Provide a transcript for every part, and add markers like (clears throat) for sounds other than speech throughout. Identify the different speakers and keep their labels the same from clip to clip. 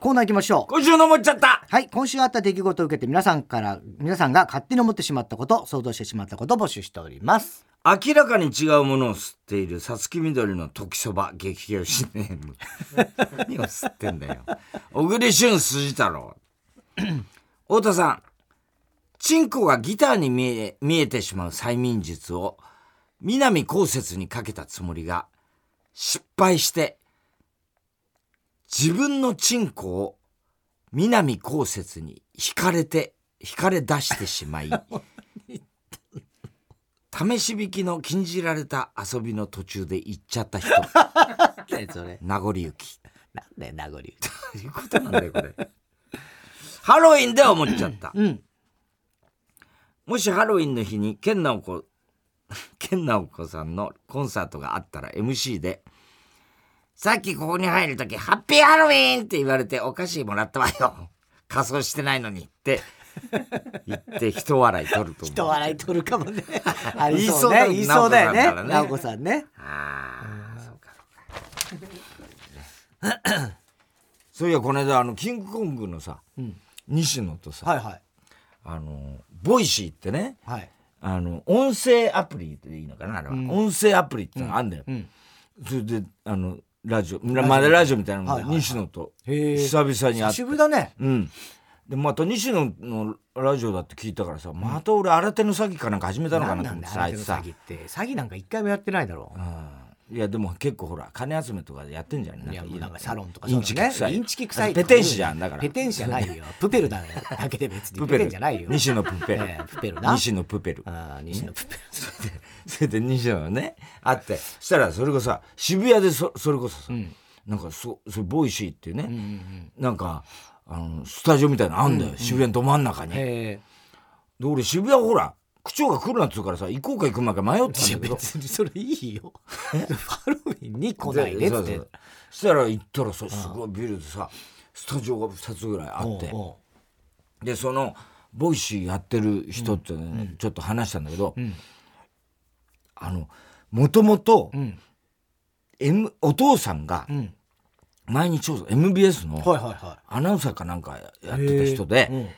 Speaker 1: コーナー行きましょう。
Speaker 2: 今週の思っちゃった
Speaker 1: はい、今週あった出来事を受けて皆さんから、皆さんが勝手に思ってしまったこと、想像してしまったことを募集しております。
Speaker 2: 明らかに違うものを吸っているさつきみどりの時そば激ゲシネーム (laughs) 何を吸ってんだよ小栗旬筋太郎 (clears throat) 太田さんチンコがギターに見え見えてしまう催眠術を南こうせつにかけたつもりが失敗して自分のチンコを南こうせつに惹かれて惹かれ出してしまい試し引きの禁じられた遊びの途中で行っちゃった人 (laughs)
Speaker 1: 何それ。 (laughs)
Speaker 2: 名残雪き
Speaker 1: なんだよ、名残。
Speaker 2: ということなんだよこれハロウィンで思っちゃった、
Speaker 1: ん
Speaker 2: もしハロウィンの日に健直 (laughs) 子健直子さんのコンサートがあったら MC で「さっきここに入る時ハッピーハロウィン!」って言われてお菓子もらったわよ仮装してないのにって言って人笑い取ると思う
Speaker 1: 人笑い取るかも
Speaker 2: (laughs)
Speaker 1: ね。あり
Speaker 2: だ
Speaker 1: 言いそうだよね。
Speaker 2: 直
Speaker 1: 直
Speaker 2: 子
Speaker 1: 子さんね。
Speaker 2: ああ、そうかそうか。そういや、この間、あの、キングコングのさ、西野とさ、
Speaker 1: はいはい。
Speaker 2: あの、ボイシーってね、
Speaker 1: はい。
Speaker 2: あの、音声アプリでいいのかな、あれは。音声アプリってのがあんだよ。それで、あの、ラジオ、まだラジオみたいなの
Speaker 1: はい
Speaker 2: で、
Speaker 1: はいはい
Speaker 2: 西野と、
Speaker 1: へえ
Speaker 2: 久々に会って
Speaker 1: 久し。ぶりだね。
Speaker 2: うん。で、また西野のラジオだって聞いたからさ、また俺、新手の詐欺かなんか始めたのかなと思ってさ、あ
Speaker 1: なん
Speaker 2: い
Speaker 1: だ
Speaker 2: つさ
Speaker 1: あ。の手の詐欺って。詐欺なんか一回もやってないだろう。
Speaker 2: いやでも結構ほら金集めとかでやってんじゃん
Speaker 1: いや
Speaker 2: か
Speaker 1: もうなんかサロンとか
Speaker 2: インチキ臭い
Speaker 1: インチキ臭い
Speaker 2: ペテン師じゃんだから
Speaker 1: ペテン師じゃない
Speaker 2: (laughs)
Speaker 1: よプペルだねだけで別に
Speaker 2: プ
Speaker 1: プ
Speaker 2: ペ
Speaker 1: ペ
Speaker 2: ル
Speaker 1: ルじゃないよ
Speaker 2: 西野プペル
Speaker 1: (laughs) ええプペルな
Speaker 2: 西野プペル
Speaker 1: ああ西野プペル
Speaker 2: (laughs) それで西野がね会ってそしたらそれこそさ渋谷でそそれこそさ、なんかそそボイシーっていうね、なんかあのスタジオみたいなのあんだよ、渋谷のど真ん中に、で
Speaker 1: え
Speaker 2: 俺渋谷ほら区長が来るなっつうからさ行こうか行くまいか迷ってたん
Speaker 1: え
Speaker 2: だけど
Speaker 1: 別にそれいいよハロウィンに来ないでっ
Speaker 2: そうそ
Speaker 1: て
Speaker 2: うそしたら行ったらさすごいビルでさスタジオが2つぐらいあって
Speaker 1: おうお
Speaker 2: でそのボイシーやってる人って、ねちょっと話したんだけど、あのもともと、M お父さんが
Speaker 1: ん
Speaker 2: 前に調査 MBS
Speaker 1: うは
Speaker 2: の
Speaker 1: いはいは
Speaker 2: アナウンサーかなんかやっ
Speaker 1: い
Speaker 2: てた人で、
Speaker 1: うん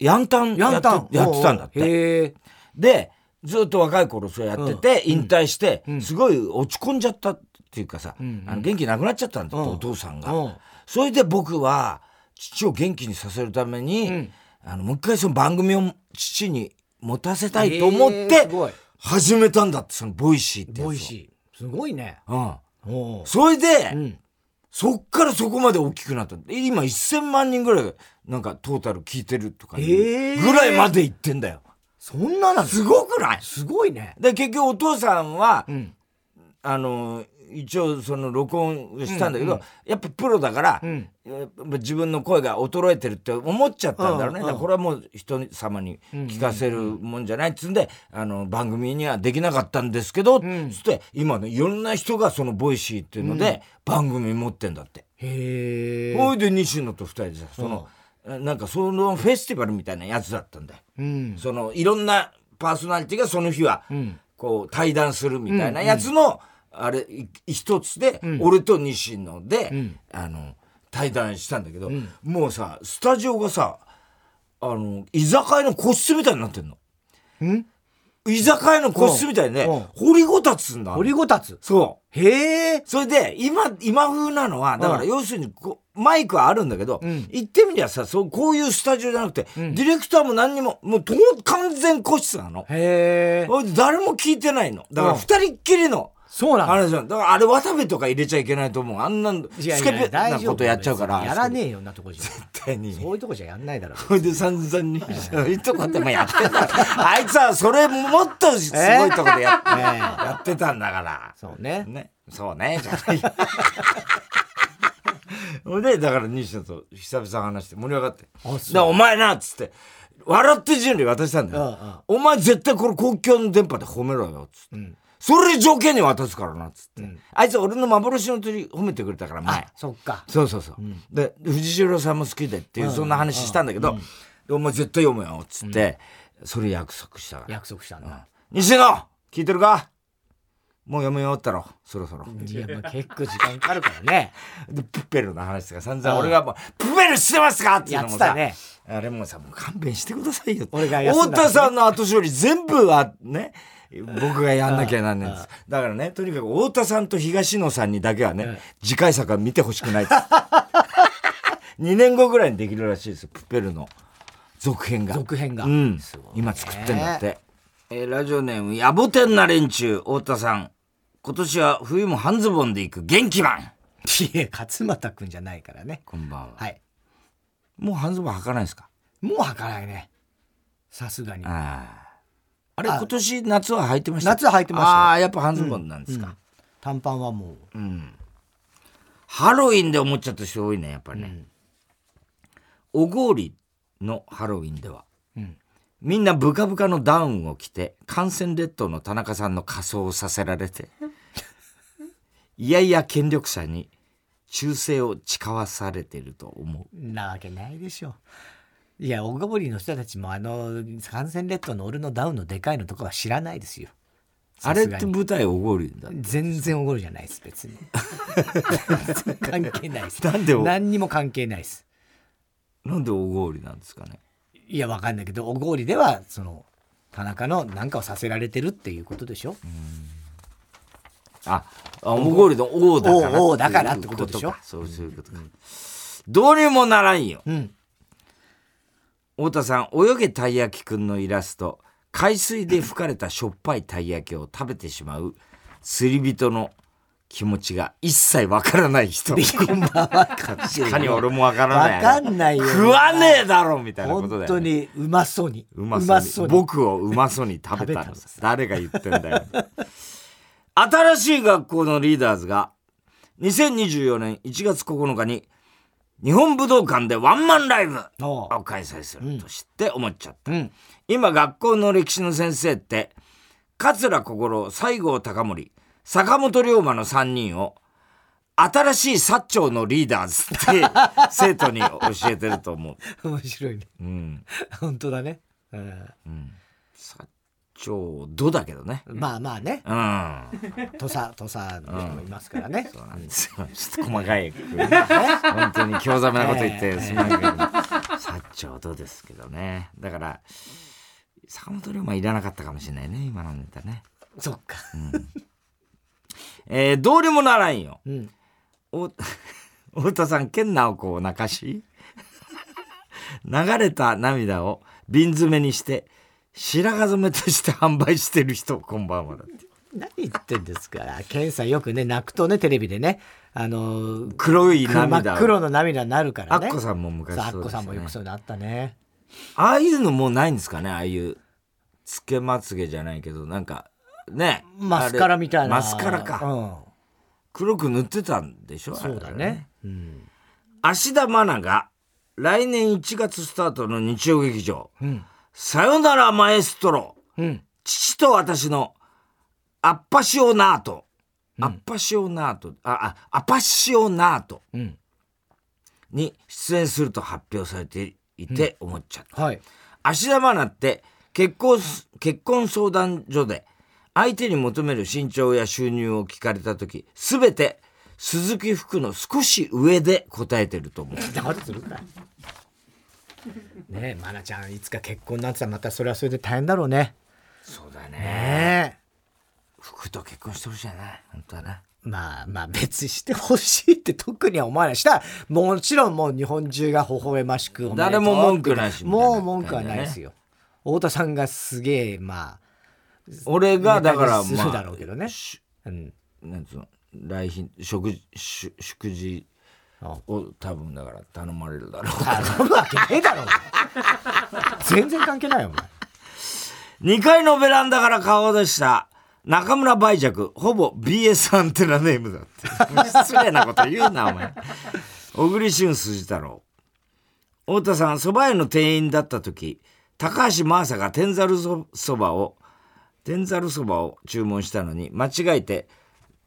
Speaker 2: ヤンタンや
Speaker 1: ヤ
Speaker 2: っ
Speaker 1: ンタン
Speaker 2: てやってたんだっ
Speaker 1: おうおう
Speaker 2: て。
Speaker 1: へえ
Speaker 2: でずっと若い頃それやってて、引退して、すごい落ち込んじゃったっていうかさ、あの元気なくなっちゃったんだって、
Speaker 1: うん
Speaker 2: お父さんが、
Speaker 1: うん
Speaker 2: それで僕は父を元気にさせるために、あのもう一回その番組を父に持たせたいと思っ
Speaker 1: えー
Speaker 2: て
Speaker 1: すごい
Speaker 2: 始めたんだってそのボイシーってやつを
Speaker 1: ボイシーすごいね
Speaker 2: うん、
Speaker 1: おう
Speaker 2: それで、
Speaker 1: ん
Speaker 2: そっからそこまで大きくなったで今1000万人ぐらいなんかトータル聞いてるとかいう
Speaker 1: えー
Speaker 2: ぐらいまでいってんだよ、
Speaker 1: そんななん
Speaker 2: すごくない
Speaker 1: すごいね
Speaker 2: で結局お父さんは、
Speaker 1: ん
Speaker 2: あの一応その録音したんだけど、やっぱプロだから、
Speaker 1: ん
Speaker 2: やっぱ自分の声が衰えてるって思っちゃったんだろうね、
Speaker 1: うんうん
Speaker 2: だからこれはもう人様に聞かせるもんじゃないっつうんで、あの番組にはできなかったんですけど、つって今ねいろんな人がそのボイシーっていうので番組持ってんだって。
Speaker 1: へえ
Speaker 2: ほいで西野と二人でさその、なんかそのフェスティバルみたいなやつだったんだよ。
Speaker 1: うん
Speaker 2: そのいろんなパーソナリティがその日は、こう対談するみたいなやつの、あれい一つで、俺と西野で、あの対談したんだけど、もうさスタジオがさあの居酒屋の個室みたいになってんの。居酒屋の個室みたいで、
Speaker 1: うんうん
Speaker 2: ね、掘りごたつんだ。
Speaker 1: 掘りごたつ
Speaker 2: そう。
Speaker 1: へえ
Speaker 2: それで今今風なのはだから
Speaker 1: うん
Speaker 2: 要するにこうマイクはあるんだけど、
Speaker 1: ん
Speaker 2: 言ってみりゃさそうこういうスタジオじゃなくて、ディレクターも何にももうと完全個室なの
Speaker 1: へえ
Speaker 2: ほいで誰も聞いてないのだから
Speaker 1: うん
Speaker 2: 二人っきりの
Speaker 1: そうなんだ
Speaker 2: あれじゃんだからあれ渡部とか入れちゃいけないと思うあんなん
Speaker 1: いやい
Speaker 2: スケ
Speaker 1: や
Speaker 2: ベな
Speaker 1: 大丈夫
Speaker 2: ことやっちゃうから
Speaker 1: やらねえよんなとこじゃ
Speaker 2: 絶対に
Speaker 1: (laughs) そういうとこじゃやんない
Speaker 2: (laughs)
Speaker 1: だろう
Speaker 2: ほいで散々にそういうとこでもやってた
Speaker 1: (laughs)
Speaker 2: あいつはそれもっとすごいとこでや,、
Speaker 1: ええ
Speaker 2: やってたんだから
Speaker 1: そうね
Speaker 2: ね、そうね、じゃない。ほいで、だから西野と久々話して盛り上がって。
Speaker 1: あそう
Speaker 2: でお前なっつって、笑って人類渡したんだよ。お前絶対これ公共の電波で褒めろよ、つって。それ条件に渡すからな、つって。あいつ俺の幻の鳥褒めてくれたから、前。
Speaker 1: そっか
Speaker 2: そうそうそう。で、藤代さんも好きでっていう、そんな話したんだけど、でお前絶対読むよ、つって、それ約束したから。
Speaker 1: 約束したんだ
Speaker 2: 西野聞いてるかもう読み終わったろそろそろ、
Speaker 1: いや、まあ、結構時間かかるからね。
Speaker 2: でプッペルの話とか散々俺がもう「プッペルしてますか?」っていうのも
Speaker 1: や
Speaker 2: さ、
Speaker 1: ってたね
Speaker 2: あれもさもう勘弁してくださいよ
Speaker 1: 俺が休
Speaker 2: 太
Speaker 1: んだ日ね
Speaker 2: 田さんの後処理全部はね僕がやんなきゃなんないんですだからねとにかく太田さんと東野さんにだけはね、
Speaker 1: うん
Speaker 2: 次回作は見てほしく
Speaker 1: (laughs)
Speaker 2: ない2年後ぐらいにできるらしいですよプッペルの続編が
Speaker 1: 続編が
Speaker 2: うん
Speaker 1: すごいね
Speaker 2: 今作ってんだって、えーラジオネーム野暮天な連中太田さん今年は冬も半ズボンで行く元気マン
Speaker 1: いや、勝俣くんじゃないからね。
Speaker 2: こんばんは。
Speaker 1: はい。
Speaker 2: もう半ズボン履かないですか
Speaker 1: もう履かないね。さすがに。
Speaker 2: ああれ、
Speaker 1: あ
Speaker 2: 今年夏は履いてました
Speaker 1: 夏は履いてましたよ
Speaker 2: ああ、やっぱ半ズボンなんですか。
Speaker 1: 短パンはもう。
Speaker 2: ハロウィンで思っちゃった人多いね、やっぱりね。おごりのハロウィンでは、
Speaker 1: ん
Speaker 2: みんなブカブカのダウンを着て、感染列島の田中さんの仮装をさせられ
Speaker 1: (laughs)
Speaker 2: て、いやいや権力者に忠誠を誓わされてると思う。
Speaker 1: なわけないでしょ。いや、大ぼりの人たちもあの、感染列島の俺のダウンのでかいのとかは知らないですよ。
Speaker 2: あ
Speaker 1: さ
Speaker 2: れ
Speaker 1: す
Speaker 2: っ
Speaker 1: がに
Speaker 2: て舞台おごりだった
Speaker 1: 全然おごるじゃないです、別
Speaker 2: (laughs)
Speaker 1: に。関係ないです。
Speaker 2: なんでお
Speaker 1: 何にも関係ないです。
Speaker 2: なんでおごりなんですかね。
Speaker 1: いや、わかんないけど、おごりでは、その、田中のなんかをさせられてるっていうことでしょ。
Speaker 2: あ、あオゴールド王だから。
Speaker 1: 王王だからってことでしょ
Speaker 2: かそうそういうことか。どうにもならんよ。
Speaker 1: うん。 (laughs)
Speaker 2: 太田さん、泳げたい焼きくんのイラスト。海水で吹かれたしょっぱいたい焼きを食べてしまう釣り人の気持ちが一切わからない人。
Speaker 1: こんばんは。か
Speaker 2: 確かに俺もわからない。
Speaker 1: わかんないよ
Speaker 2: 食わねえだろみたいなことだよ、
Speaker 1: 本
Speaker 2: ね。
Speaker 1: 当にうまそうに。
Speaker 2: うまそうに
Speaker 1: 僕、
Speaker 2: 僕をうまそうに食べたの
Speaker 1: 食べた
Speaker 2: 誰が言ってんだよ新しい学校のリーダーズが2024年1月9日に日本武道館でワンマンライブ
Speaker 1: おう
Speaker 2: を開催すると知って思っちゃった、
Speaker 1: うん。
Speaker 2: 今学校の歴史の先生って桂心西郷隆盛坂本龍馬の3人を新しい薩長のリーダー
Speaker 1: (laughs)
Speaker 2: ズって生徒に教えてると思う、
Speaker 1: 面白いね。
Speaker 2: うん、
Speaker 1: 本当だね。うん。
Speaker 2: 薩長土だけどね。
Speaker 1: まあまあね。
Speaker 2: うん。そうな
Speaker 1: 土佐、土佐の人もいますからね。
Speaker 2: んですよ。ちょっと細かい。本当に興ざめなこと言っ
Speaker 1: え
Speaker 2: て、
Speaker 1: え
Speaker 2: すまないけど。薩長土ですけどね。だから、坂本龍馬いらなかったかもしれないね、今のネタね。
Speaker 1: そっか。
Speaker 2: えー、どうにもならんよ。
Speaker 1: うん。
Speaker 2: お太田さん、健直子を泣かし流れた涙を瓶詰めにして、白髪染めとして販売してる人、こんばんはだって。
Speaker 1: 何言ってんですか。健さんよくね、泣くとね、テレビでね。あのー、
Speaker 2: 黒い
Speaker 1: 真
Speaker 2: 涙
Speaker 1: っ
Speaker 2: を。
Speaker 1: 黒の涙になるからね。
Speaker 2: アッコさんも昔
Speaker 1: そう
Speaker 2: そう
Speaker 1: アッ
Speaker 2: で
Speaker 1: コ
Speaker 2: した
Speaker 1: さ
Speaker 2: ね
Speaker 1: んもよくそういうのあったね。
Speaker 2: ああいうのもうないんですかねああいうつけまつげじゃないけどなんかね
Speaker 1: マスカラみたいな。
Speaker 2: あれマスカラか、
Speaker 1: う
Speaker 2: 黒く塗ってたんでしょ
Speaker 1: ん。そうだ
Speaker 2: あれ
Speaker 1: ね。うん。
Speaker 2: 芦田愛菜が来年1月スタートの日曜劇場
Speaker 1: うん。
Speaker 2: 「さよならマエストロ
Speaker 1: うん。
Speaker 2: 父と私のアッパシオナート」アッパシオナートああアパシオナート
Speaker 1: うん。
Speaker 2: に出演すると発表されていて思っちゃった、
Speaker 1: はい。
Speaker 2: 芦田愛菜って結婚す結婚相談所で相手に求める身長や収入を聞かれた時全て鈴木福の少し上で答えてると思う
Speaker 1: そんなことするか。 (laughs) ねえ、まなちゃん、いつか結婚なんてさ、またそれはそれで大変だろうね。
Speaker 2: そうだ
Speaker 1: ねえ。
Speaker 2: 福と結婚してほしいよね本当はね
Speaker 1: まあまあ別にしてほしいって特には思わないしたもちろんもう日本中が微笑ましくおめでとう
Speaker 2: 誰も文句なしみたいな
Speaker 1: もう文句はないですよ、太田さんがすげえま
Speaker 2: 俺がだから
Speaker 1: ネタに
Speaker 2: ま
Speaker 1: する
Speaker 2: あ
Speaker 1: だろうけどね
Speaker 2: し
Speaker 1: あうん
Speaker 2: なんつうの来賓食事し祝辞
Speaker 1: あ
Speaker 2: を多分だから頼まれるだろう
Speaker 1: 頼むわけねえだろお前全然関係ないよお前
Speaker 2: 2階のベランダから顔を出した中村梅雀ほぼ BS アンテナネームだって失礼なこと言うなお前小栗旬筋太郎太田さん蕎麦屋の店員だった時高橋真麻が天ざるそそばを天ざるそばを注文したのに間違えて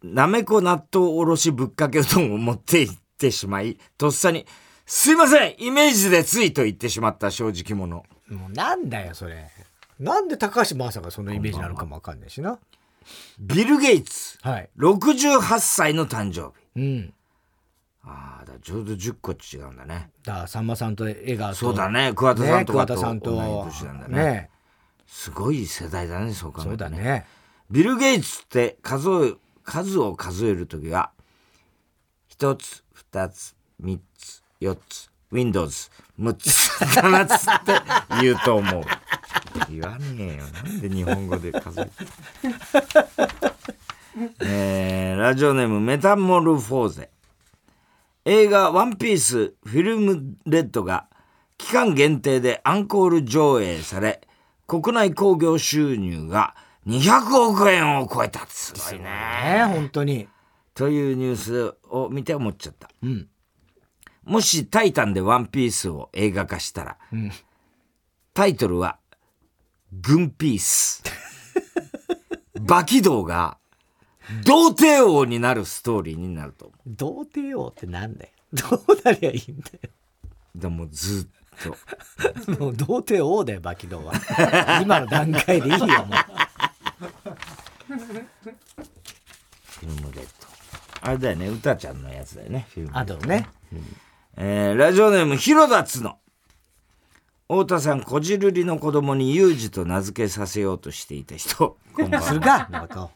Speaker 2: なめこ納豆おろしぶっかけうどんを持って行ってしまいとっさに「すいませんイメージでつい」と言ってしまった正直者
Speaker 1: もうなんだよそれなんで高橋真麻がそのイメージなのかもわかんないしな
Speaker 2: ビル・ゲイツ、
Speaker 1: はい。
Speaker 2: 68歳の誕生日。
Speaker 1: うん。
Speaker 2: ああ、だからちょうど10個違うんだね。
Speaker 1: だからさんまさんと江川と
Speaker 2: そうだね。桑田さん
Speaker 1: ね
Speaker 2: とか
Speaker 1: 桑
Speaker 2: と同
Speaker 1: 田さ
Speaker 2: い
Speaker 1: んと
Speaker 2: 年なんだね。
Speaker 1: ね
Speaker 2: すごい世代だね、そう考え
Speaker 1: そ
Speaker 2: る
Speaker 1: う
Speaker 2: と
Speaker 1: だ
Speaker 2: ね。
Speaker 1: ね
Speaker 2: ビル・ゲイツって数を数を数えるときは、1つ、2つ、3つ、4つ、Windows、6つ、7つって言うと思う。言わねえよ。なんで日本語で数えてるえーラジオネームメタモルフォーゼ。映画「ワンピースフィルムレッドが期間限定でアンコール上映され国内興行収入が200億円を超えたすごい
Speaker 1: ね
Speaker 2: ね
Speaker 1: 本当に
Speaker 2: というニュースを見て思っちゃった
Speaker 1: うん
Speaker 2: もし「タイタン」で「ワンピースを映画化したら、
Speaker 1: ん
Speaker 2: タイトルは「軍ピー
Speaker 1: (laughs)
Speaker 2: ス」バキドウが童貞王になるストーリーになると思う
Speaker 1: 童貞王ってなんだよどうなりゃいいんだ
Speaker 2: (laughs)
Speaker 1: よ
Speaker 2: でもずっと。
Speaker 1: もう童貞王だよバキドウは今の段階でいいよもう
Speaker 2: フィルムレッド。あれだよね、歌ちゃんのやつだよね、フィルムレッ
Speaker 1: あ
Speaker 2: ド
Speaker 1: とね
Speaker 2: えーラジオネーム、ひろだつの。太田さん、こじるりの子供にユージと名付けさせようとしていた人。こんばんは
Speaker 1: すがなんか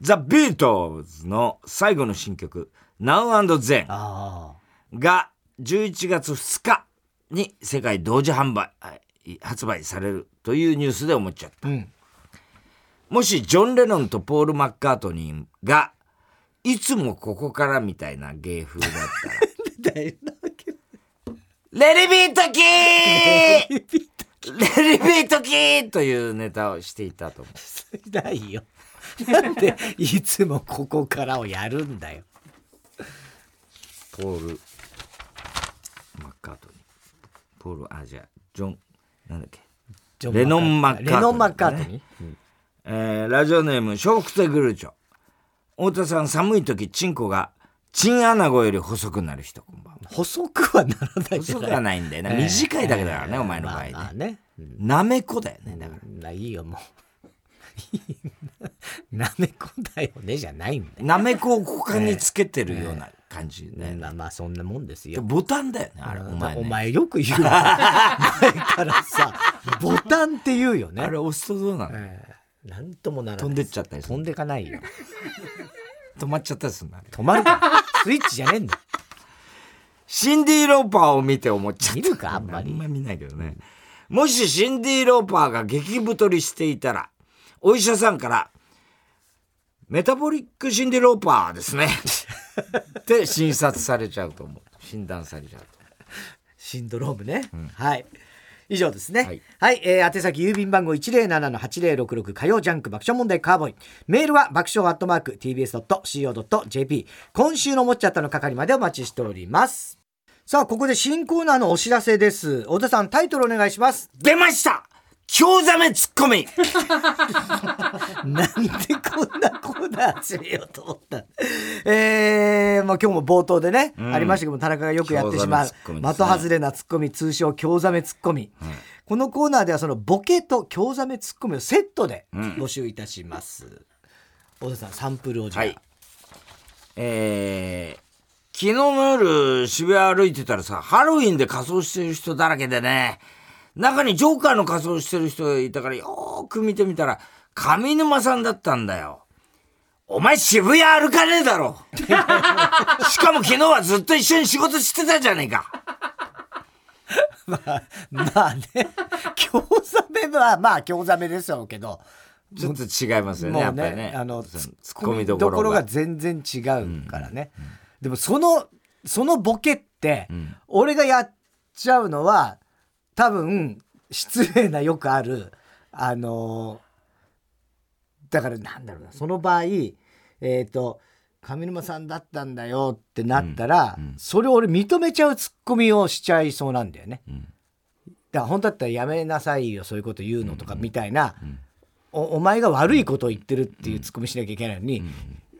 Speaker 2: ザ・ビートルズの最後の新曲、Now and Then
Speaker 1: あ
Speaker 2: が11月2日に世界同時販売、はい発売されるというニュースで思っちゃった。
Speaker 1: あうん
Speaker 2: もしジョン・レノンとポール・マッカートニーがいつもここからみたいな芸風だったら (laughs)
Speaker 1: だいぶだけど
Speaker 2: レリビートキーレリビートキーというネタをしていたと思
Speaker 1: ないよなんでいつもここからをやるんだよ
Speaker 2: う。ポール・マッカートニー。ポール、あ、じゃあ、ジョン、なんだっけ。
Speaker 1: ジョ
Speaker 2: レノンマッカートニー
Speaker 1: レノンマッカートニー
Speaker 2: えーラジオネーム、ショークテグルーチョ。太田さん、寒い時、チンコが、チンアナゴより細くなる人、こんばんは。
Speaker 1: 細くはならないじゃ
Speaker 2: 細
Speaker 1: な
Speaker 2: く
Speaker 1: い
Speaker 2: はないんだよ
Speaker 1: (laughs)
Speaker 2: ね。短いだけだからね、お前の場合ね。
Speaker 1: まあまあね
Speaker 2: なめこだよね、だから。
Speaker 1: ないいよも (laughs) うなめこだよねじゃないんだよ、
Speaker 2: なめこを股間につけてるような感じね。
Speaker 1: まあまあそんなもんですよ
Speaker 2: ボタンだよね、あれ、お前、ね。
Speaker 1: お前よく言うわ前からさボタンって言うよね
Speaker 2: あれ押すとどうなの、
Speaker 1: ええなんともならない
Speaker 2: 飛んでっちゃったりす
Speaker 1: 飛
Speaker 2: る。
Speaker 1: んでかないよ
Speaker 2: 止まっちゃったりするのあれ
Speaker 1: 止まるからスイッチじゃねえんだよ
Speaker 2: シンディ・ローパーを見て思っちゃった。
Speaker 1: 見るかあんまり
Speaker 2: あんま見ないけどね。もしシンディ・ローパーが激太りしていたら、お医者さんから、メタボリックシンディ・ローパーですね。って診察されちゃうと思う。診断されちゃうと思う。
Speaker 1: シンドロームね、はい以上ですねは
Speaker 2: はいい、
Speaker 1: えー宛先郵便番号107-8066火曜ジャンク爆笑問題カーボーイメールは爆笑アットマーク TBS.CO.JP 今週の「もっちゃった」の係までお待ちしておりますさあここで新コーナーのお知らせです太田さんタイトルお願いします
Speaker 2: 出ました興ざめツッコミ
Speaker 1: なんでこんなコーナー始めようと思ったえー、まあ今日も冒頭でね、
Speaker 2: ん
Speaker 1: ありましたけども田中がよくやってしま
Speaker 2: 興ざ
Speaker 1: う
Speaker 2: めツッコミです
Speaker 1: 的
Speaker 2: ね
Speaker 1: 外れなツッコミ通称興ざめツッコミ、このコーナーではそのボケと興ざめツッコミをセットで募集いたします、小田さんサンプルをじゃあ、
Speaker 2: はいえー昨日の夜、渋谷歩いてたらさ、ハロウィンで仮装してる人だらけでね、中にジョーカーの仮装してる人がいたから、よーく見てみたら、上沼さんだったんだよ。お前渋谷歩かねえだ
Speaker 1: (laughs)
Speaker 2: ろしかも昨日はずっと一緒に仕事してたじゃねえか
Speaker 1: まあね (laughs) 興ざめはまあ興ざめですよけど
Speaker 2: ちょっと違いますよね、
Speaker 1: も
Speaker 2: や
Speaker 1: う
Speaker 2: っぱり
Speaker 1: ね
Speaker 2: ね。
Speaker 1: あの
Speaker 2: そ
Speaker 1: ツ
Speaker 2: の
Speaker 1: ッコミどころが全然違うからね、でもそのそのボケって、
Speaker 2: ん
Speaker 1: 俺がやっちゃうのは多分失礼なよくあるあのーだからなんだろうなその場合えっ、と上沼さんだったんだよってなったら、
Speaker 2: うんうん
Speaker 1: それを俺認めちゃうツッコミをしちゃいそうなんだよね。
Speaker 2: うん
Speaker 1: だから本当だったらやめなさいよそういうこと言うのとかみたいな、
Speaker 2: ん
Speaker 1: おお前が悪いことを言ってるっていうツッコミしなきゃいけないのに、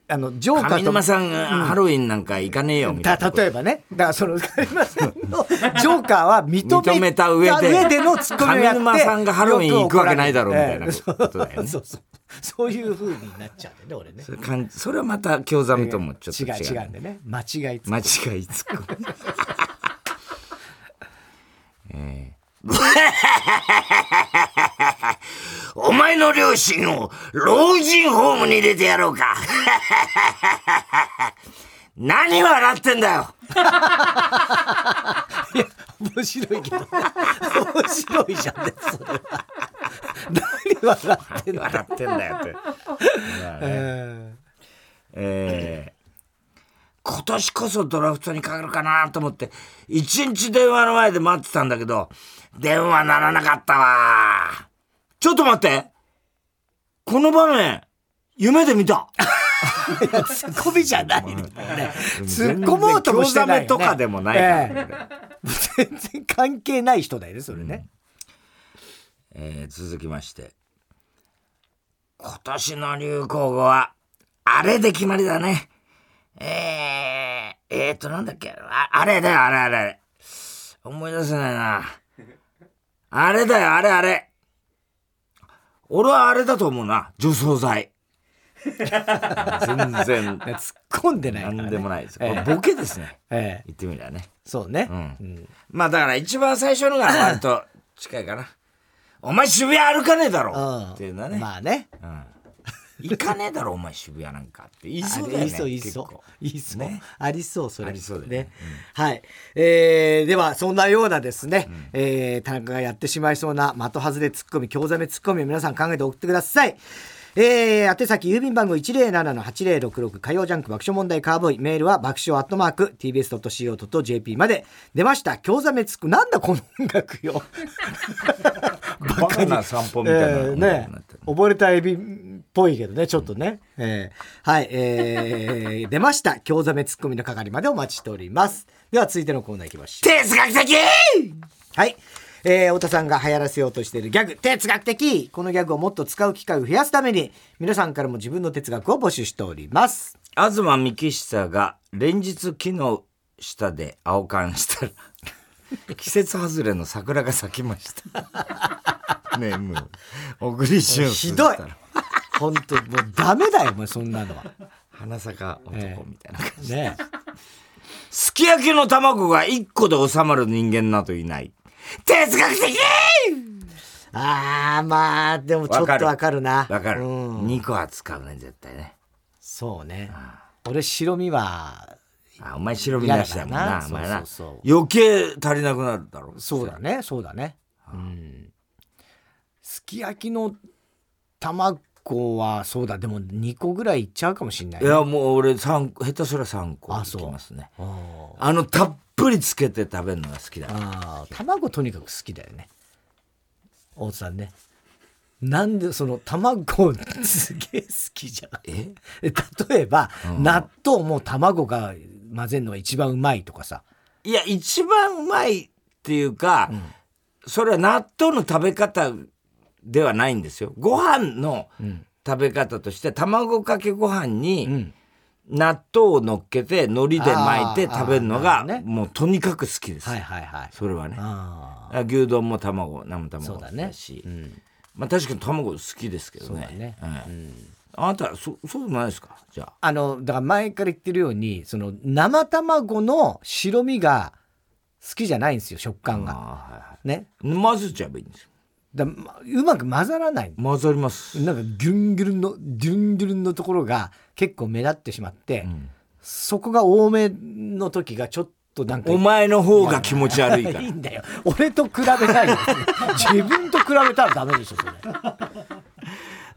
Speaker 1: あのジョー
Speaker 2: 上
Speaker 1: カーと
Speaker 2: 沼さんがハロウィンなんか行かねえよ、みたい
Speaker 1: た
Speaker 2: なこと。
Speaker 1: 例えばねだからそのカリマさん
Speaker 2: (laughs)
Speaker 1: のジョーカーは認め
Speaker 2: 認めた上で
Speaker 1: のツッコミをや
Speaker 2: 上
Speaker 1: って
Speaker 2: 沼さんがハロウィン行くわけないだろうみたいなことだよね
Speaker 1: (laughs) ええそうそうそういう風になっちゃうんだよね俺ね
Speaker 2: それかんそれはまた興ざめともちょっと
Speaker 1: 違う違
Speaker 2: 違う
Speaker 1: うんでね間違いつ
Speaker 2: 間違いつく。えーお前の両親を老人ホームに入れてやろうか (laughs) 何笑ってんだよ
Speaker 1: 面白いけどね面白いじゃんねそれは何笑ってんの、
Speaker 2: 笑ってんだよって。
Speaker 1: え
Speaker 2: えー今年こそドラフトにかかるかなと思って、一日電話の前で待ってたんだけど、電話ならなかったわ。ちょっと待ってこの場面、夢で見た
Speaker 1: (laughs) ー、いやツッコミじゃないね
Speaker 2: (laughs)
Speaker 1: 突っ込もうともしてないよね
Speaker 2: 興ざめとかでもないからね
Speaker 1: 全然関係ない人だよねそれね、
Speaker 2: えー続きまして。今年の流行語は、あれで決まりだね。えー、えーと、なんだっけああれだよ、あれあれあれ。思い出せないな。あれだよ、あれあれ。俺はあれだと思うな。除草剤。全然、
Speaker 1: 突っ込んでないから、ね、
Speaker 2: なんでもないです。こ
Speaker 1: え
Speaker 2: れ
Speaker 1: え
Speaker 2: ボケですね。
Speaker 1: ええ
Speaker 2: 言ってみればね。
Speaker 1: そうね、
Speaker 2: う
Speaker 1: うん
Speaker 2: まあだから一番最初のが割
Speaker 1: (laughs)
Speaker 2: と近いかな。お前渋谷歩かねえだ
Speaker 1: うん
Speaker 2: ろっていうのはね。
Speaker 1: まあね
Speaker 2: うん行かねえだろお前渋谷なんかって言いそうだよ
Speaker 1: あ
Speaker 2: ね。
Speaker 1: りそういそう
Speaker 2: 結構
Speaker 1: いそう、
Speaker 2: ね
Speaker 1: ありそうそれ
Speaker 2: ありそうだよね
Speaker 1: はい、えー、ではそんなようなですね、えー田中がやってしまいそうな的外れツッコミ興ざめツッコミを皆さん考えて送ってくださいえー、宛先郵便番号107-8066火曜ジャンク爆笑問題カーボーイメールは爆笑アットマーク tbs.co.jp まで出ました興ざめつくなんだこの音楽よ
Speaker 2: バカな散歩みたいな
Speaker 1: え
Speaker 2: の
Speaker 1: ー
Speaker 2: にな
Speaker 1: ね
Speaker 2: ってる
Speaker 1: 溺れたエビっぽいけどねちょっとね、えーはい、えー出ました京ざめツッコミの係までお待ちしておりますでは続いてのコーナーいきましょ
Speaker 2: 哲学的
Speaker 1: うはいえー、太田さんが流行らせようとしているギャグ哲学的このギャグをもっと使う機会を増やすために皆さんからも自分の哲学を募集しております
Speaker 2: 東幹久が連日木の下で青缶したら (laughs) 季節外れの桜が咲きま
Speaker 1: (laughs)
Speaker 2: した。ねえもう小栗旬
Speaker 1: ひどい (laughs) 本当もうダメだよもうそんなのは
Speaker 2: 花坂男みたいな感じ。 (laughs)
Speaker 1: ね
Speaker 2: すき焼きの卵が1個で収まる人間などいない。哲学的
Speaker 1: あーまあでもちょっとわかるな
Speaker 2: わかる。
Speaker 1: うん
Speaker 2: 2個は使うね、絶対ね。
Speaker 1: そうね俺白身は
Speaker 2: あ、お前白身なしだもん
Speaker 1: 嫌だ
Speaker 2: な
Speaker 1: な、
Speaker 2: お前な
Speaker 1: そうそう。
Speaker 2: 余計足りなくなるだろ。
Speaker 1: そうだねそうだねうんすき焼きの卵はそうだでも2個ぐらいいっちゃうかもしんない
Speaker 2: い
Speaker 1: ね
Speaker 2: や、もう俺三下手すら3個
Speaker 1: あ
Speaker 2: い
Speaker 1: そう
Speaker 2: きますね。
Speaker 1: あー
Speaker 2: あの、たっぷりつけて食べるのが好きだ。
Speaker 1: あー卵とにかく好きだよね大津さんねなんでその卵すげえ好きじゃん
Speaker 2: え
Speaker 1: え例えば、納豆も卵が混ぜるのが一番うまいとかさ
Speaker 2: いや、一番うまいっていうか、それは納豆の食べ方ではないんですよ。ご飯の食べ方として、卵かけご飯に、
Speaker 1: ん
Speaker 2: 納豆を乗っけて、海苔で巻いて
Speaker 1: あー
Speaker 2: 食べるのが、
Speaker 1: あーなるほど
Speaker 2: もうとにかく好きです。
Speaker 1: はいはいはい
Speaker 2: それはね。
Speaker 1: あ
Speaker 2: 牛丼も卵、生
Speaker 1: そう
Speaker 2: 卵
Speaker 1: だね
Speaker 2: だし。まあ確かに卵好きですけど
Speaker 1: そうだね
Speaker 2: ね。うんあなた、そそうでもないですかじゃあ。
Speaker 1: あのだから前から言ってるようにその生卵の白身が好きじゃないんですよ食感
Speaker 2: あ
Speaker 1: が。
Speaker 2: ーはいは
Speaker 1: ね、
Speaker 2: い混ぜちゃえばいいんですよ。
Speaker 1: だまうまく混ざらない
Speaker 2: 混ざります。
Speaker 1: なんかギュンギュルンのギュンギュルンのところが結構目立ってしまって、そこが多めの時がちょっとなんか
Speaker 2: お前の方が気持ち悪いか
Speaker 1: いい
Speaker 2: ら。
Speaker 1: んだよ俺と比べないよ自分と比べたらダメでしょそれ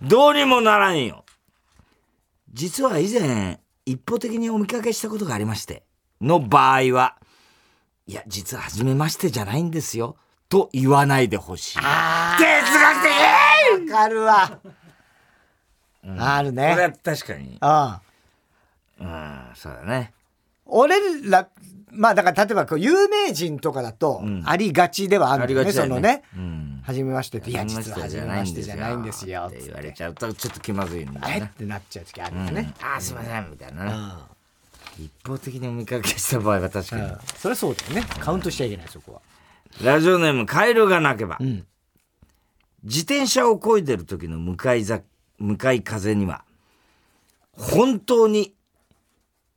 Speaker 2: どうにもならんよ。実は以前、一方的にお見かけしたことがありまして、の場合は、いや、実は初めましてじゃないんですよ、と言わないでほしい。哲
Speaker 1: あ
Speaker 2: 学的
Speaker 1: ーわかるわ、ある
Speaker 2: これ
Speaker 1: ね
Speaker 2: は確かに。う
Speaker 1: うん
Speaker 2: ん、そうだね。
Speaker 1: 俺らまあだから例えばこう有名人とかだとありがちではあ
Speaker 2: あ
Speaker 1: る
Speaker 2: り
Speaker 1: んだよ
Speaker 2: が
Speaker 1: ね,、
Speaker 2: ちだ
Speaker 1: そ
Speaker 2: よ
Speaker 1: の
Speaker 2: ね
Speaker 1: ね。
Speaker 2: うん
Speaker 1: 初めましてっていや実は初
Speaker 2: 初
Speaker 1: め
Speaker 2: め
Speaker 1: ま
Speaker 2: ま
Speaker 1: し
Speaker 2: してて
Speaker 1: じ
Speaker 2: じ
Speaker 1: ゃ
Speaker 2: ゃ
Speaker 1: な
Speaker 2: ないい
Speaker 1: ん
Speaker 2: ん
Speaker 1: で
Speaker 2: ですす
Speaker 1: よ
Speaker 2: よ
Speaker 1: っ
Speaker 2: ってて
Speaker 1: 言
Speaker 2: 言
Speaker 1: わ
Speaker 2: わ
Speaker 1: れ
Speaker 2: れ
Speaker 1: ち
Speaker 2: ち
Speaker 1: ゃ
Speaker 2: ゃ
Speaker 1: う
Speaker 2: うとちょっと気まずいんだ
Speaker 1: え
Speaker 2: よ
Speaker 1: っ
Speaker 2: ね。
Speaker 1: てなっちゃう時あるんだね、あーすいませんみたいなね、
Speaker 2: 一方的にお見かけした場合は確か
Speaker 1: う
Speaker 2: に。
Speaker 1: んそれそうだよねカウントしちゃいけないそこは
Speaker 2: ラジオネーム、カエルが鳴けば。
Speaker 1: ん
Speaker 2: 自転車を漕いでる時の向かいざ、向かい風には、本当に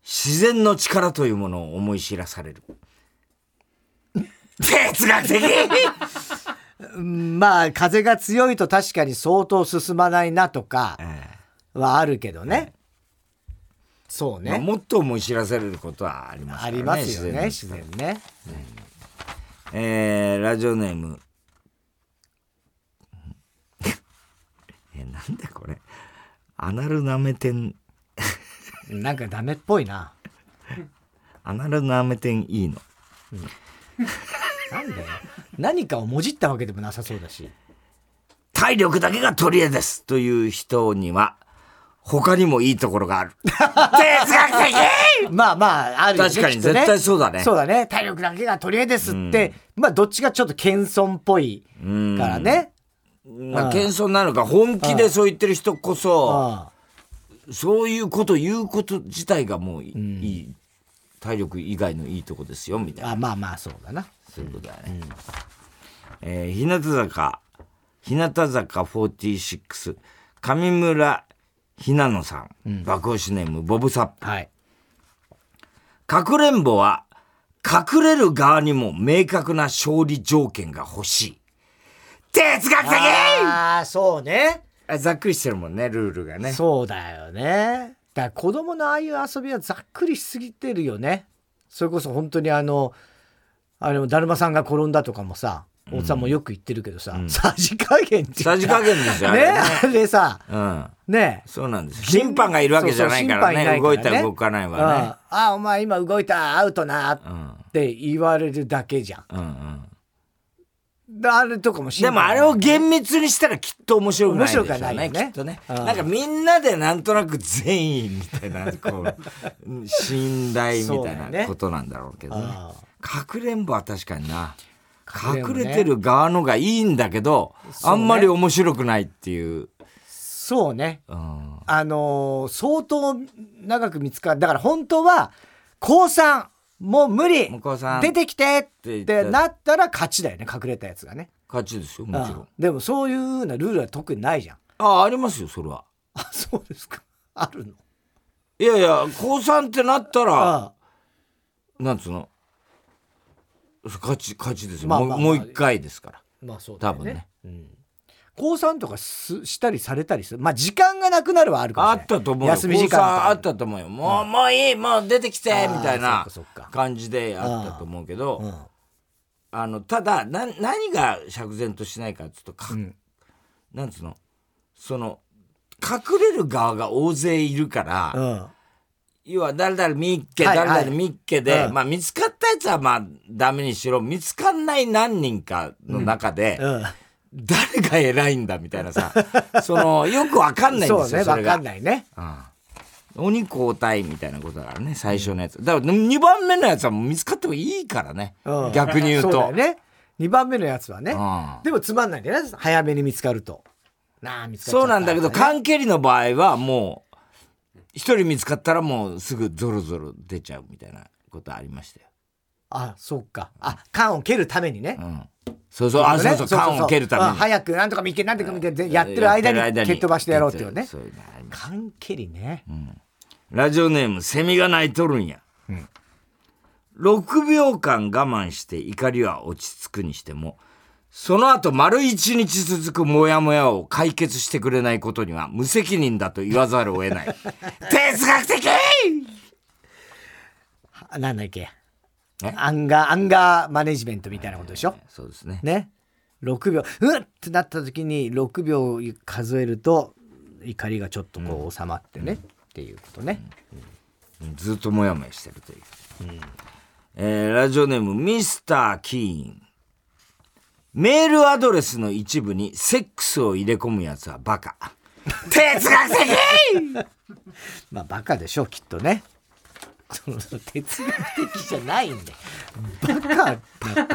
Speaker 2: 自然の力というものを思い知らされる。哲学的
Speaker 1: まあ風が強いと確かに相当進まないなとかはあるけどね、そう
Speaker 2: まあ
Speaker 1: ね、
Speaker 2: もっと思い知らされることはありますか
Speaker 1: あ
Speaker 2: らね。
Speaker 1: りますよね
Speaker 2: 自
Speaker 1: 自
Speaker 2: 然の
Speaker 1: 然ね
Speaker 2: えー、ラジオネーム。 (laughs) え、なんだこれ。アナルナメテン、
Speaker 1: なんかダメっぽいな
Speaker 2: アナルナメテンいいの。
Speaker 1: なんだよ何かをもじったわけでもなさそうだし
Speaker 2: 体力だけが取り柄ですという人には、他にもいいところがある。哲学的
Speaker 1: (laughs) まあまああるよね
Speaker 2: 確かに
Speaker 1: きっとね
Speaker 2: 絶対そうだね
Speaker 1: そうだね体力だけが取り柄ですって、まあどっちがちょっと謙遜っぽいからね、
Speaker 2: まあ、謙遜なのか、本気でそう言ってる人こそ、
Speaker 1: ああ
Speaker 2: そういうこと言うこと自体がもういい、体力以外のいいとこですよ、みたいな。
Speaker 1: あまあまあそうだな
Speaker 2: そういうことだね。えー日向坂、日向坂46、上村ひなのさん、爆押しネーム、ボブサップ。
Speaker 1: はい
Speaker 2: かくれんぼは、隠れる側にも明確な勝利条件が欲しい。哲学的
Speaker 1: ああそうね
Speaker 2: ざっくりしてるもんね、ルールがね。
Speaker 1: そうだよねだから子供のああいう遊びはざっくりしすぎてるよねそれこそ本当にあのあれもだるまさんが転んだとかもさおっさんもよく言ってるけどさ、さじ加減っていうか
Speaker 2: さじ加減ですよ、あ
Speaker 1: ね
Speaker 2: れね。
Speaker 1: あれさ
Speaker 2: うん。
Speaker 1: ね
Speaker 2: そうなんです。審判がいるわけじゃないからね。動いたら動かないわね。
Speaker 1: ああお前今動いたアウトなって言われるだけじゃん
Speaker 2: うんうん。
Speaker 1: だあれとかも
Speaker 2: でもあれを厳密にしたらきっと面白くないでしょうね。
Speaker 1: 面白くはないよね
Speaker 2: きっとね。
Speaker 1: うん
Speaker 2: なんかみんなでなんとなく全員みたいな、こう、うん信頼みた
Speaker 1: そうだ
Speaker 2: いな
Speaker 1: ね
Speaker 2: ことなんだろうけどね。
Speaker 1: あ
Speaker 2: かくれんぼは確かにな。
Speaker 1: かくれんぼ
Speaker 2: 隠
Speaker 1: ね
Speaker 2: れてる側のがいいんだけど、あんまり面白くないっていう。
Speaker 1: そうね
Speaker 2: うん
Speaker 1: あのー相当長く見つかるだから本当は高三もう無理
Speaker 2: もう高三
Speaker 1: 出てきて
Speaker 2: て言
Speaker 1: っ
Speaker 2: った
Speaker 1: てなったら勝ちだよね隠れたやつがね
Speaker 2: 勝ちですよ、もちろ
Speaker 1: うんん。でもそういうふうなルールは特にないじゃ
Speaker 2: (laughs)
Speaker 1: ん
Speaker 2: あ、ありますよ、それは。
Speaker 1: あそうですかあるの
Speaker 2: いやいや、高3ってなったら、
Speaker 1: あ
Speaker 2: なんつうの勝ち、勝ちですよ。
Speaker 1: まあ
Speaker 2: もう
Speaker 1: まあ
Speaker 2: もう
Speaker 1: まあ
Speaker 2: 一回ですから。
Speaker 1: まあそうだ
Speaker 2: 多
Speaker 1: よ
Speaker 2: 分ね。
Speaker 1: 高三とかすしたりされたりするまあ時間がなくなるはあるかもし
Speaker 2: あ
Speaker 1: れない
Speaker 2: ったと思うよ。
Speaker 1: 休み時間と
Speaker 2: 高三
Speaker 1: か
Speaker 2: あったと思うよ。もう、もういい、もう出てきて、
Speaker 1: あー
Speaker 2: みたいな
Speaker 1: そっかそっか
Speaker 2: 感じであったと思うけど、
Speaker 1: うん
Speaker 2: あの、ただ、な、何が釈然としないか、ちょっとか、なんつうのその、隠れる側が大勢いるから、
Speaker 1: うん
Speaker 2: 要は誰々見っけ、
Speaker 1: はいはい
Speaker 2: 誰々見っけで、
Speaker 1: うん
Speaker 2: まあ見つかったやつはまあダメにしろ、見つかんない何人かの中で、
Speaker 1: うん
Speaker 2: 誰が偉いんだみたいな
Speaker 1: (laughs)
Speaker 2: さ、その、よくわかんないんで
Speaker 1: そう
Speaker 2: すよ、
Speaker 1: ね
Speaker 2: そ
Speaker 1: わ
Speaker 2: れ
Speaker 1: か
Speaker 2: が
Speaker 1: ん。ないね
Speaker 2: 鬼交代みたいなことだからね、最初のやつ。だから2番目のやつはもう見つかってもいいからね。
Speaker 1: うん
Speaker 2: 逆に言う
Speaker 1: そだ
Speaker 2: と。
Speaker 1: よね2番目のやつはね
Speaker 2: うん
Speaker 1: でもつまんないんだよね早めに見つかるとなあ見つかっちゃっ
Speaker 2: そ
Speaker 1: た
Speaker 2: うなんだけど、
Speaker 1: とかね
Speaker 2: 関係りの場合はもう、一人見つかったらもうすぐゾロゾロ出ちゃうみたいなことありましたよ。
Speaker 1: あそうかあ缶を蹴るためにね
Speaker 2: うん。そうそう、あ、そうそう、缶を蹴るため
Speaker 1: うん
Speaker 2: に。
Speaker 1: 早くなんとか見っけなんとか見っけでやってる間に蹴っ飛ばしてやろうっていうね
Speaker 2: そういうのあります
Speaker 1: 缶蹴りね
Speaker 2: ラジオネーム、セミが鳴いとるんや。6秒間我慢して怒りは落ち着くにしても、その後丸一日続くモヤモヤを解決してくれないことには無責任だと言わざるを得
Speaker 1: (laughs)
Speaker 2: ない。哲学的
Speaker 1: はなんだっけ
Speaker 2: え
Speaker 1: アンガーアンガーマネジメントみたいなことでしょ
Speaker 2: そうですね。
Speaker 1: ね6秒うっってなった時に6秒数えると怒りがちょっとこう収まってね、っていうことね、
Speaker 2: ずっとモヤモヤしてるという。えーラジオネーム、ミスター・キーン。メールアドレスの一部にセックスを入れ込むやつはバカ。哲学的
Speaker 1: まあバカでしょうきっとねその哲学的じゃないんでバカだっ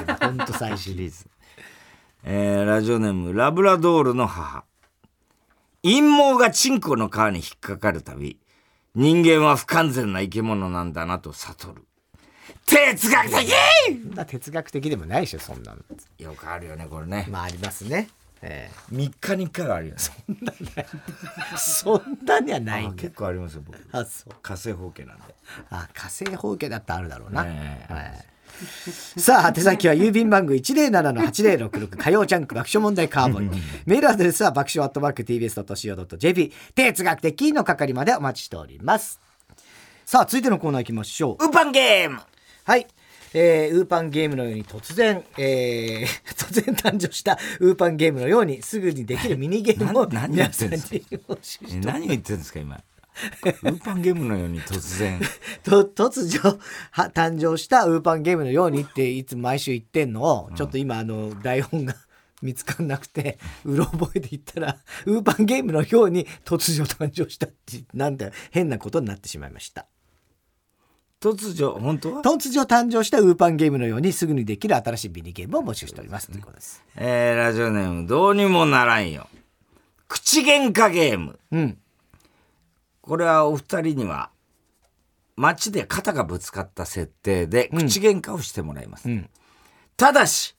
Speaker 1: てほんと最初
Speaker 2: シリーズ、えーラジオネームラブラドールの母陰謀がチンコの皮に引っかかるたび人間は不完全な生き物なんだなと悟る哲学的
Speaker 1: そんな哲学的でもないでしょそんなの
Speaker 2: よくあるよねこれね、
Speaker 1: まあありますねえ
Speaker 2: 3日に1回はあります
Speaker 1: えそんなにはない
Speaker 2: あ
Speaker 1: んだ
Speaker 2: 結構ありますよ僕
Speaker 1: あそう
Speaker 2: 火星方形なんで
Speaker 1: あ火星方形だってあるだろうな、
Speaker 2: ねえ
Speaker 1: はいさあ宛先は郵便番号107-8066火曜ジャンク爆笑問題カーボーイメールアドレスは爆笑アットマーク TBS.CO.JP 哲学的の係までお待ちしておりますさあ続いてのコーナー行きましょう
Speaker 2: ウーパンゲーム
Speaker 1: はい。えーウーパンゲームのように突然、えー (laughs) 突然誕生したウーパンゲームのようにすぐにできるミニゲームを
Speaker 2: な何やっ
Speaker 1: 皆さ
Speaker 2: てん
Speaker 1: んに
Speaker 2: すか
Speaker 1: 募集し
Speaker 2: え何を言ってるんですか今ウーパンゲームのように突然
Speaker 1: と突如は誕生したウーパンゲームのようにっていつも毎週言ってんのをちょっと今あの台本が (laughs) 見つかんなくてうろ覚えで言ったらウーパンゲームのように突如誕生したってなんだよ変なことになってしまいました。
Speaker 2: 突如本当は、
Speaker 1: 突如誕生したウーパンゲームのようにすぐにできる新しいミニゲームを募集しておりますということです。
Speaker 2: えーラジオネームどうにもならんよ口喧嘩ゲーム
Speaker 1: うん。
Speaker 2: これはお二人には街で肩がぶつかった設定で口喧嘩をしてもらいます、
Speaker 1: ん
Speaker 2: ただし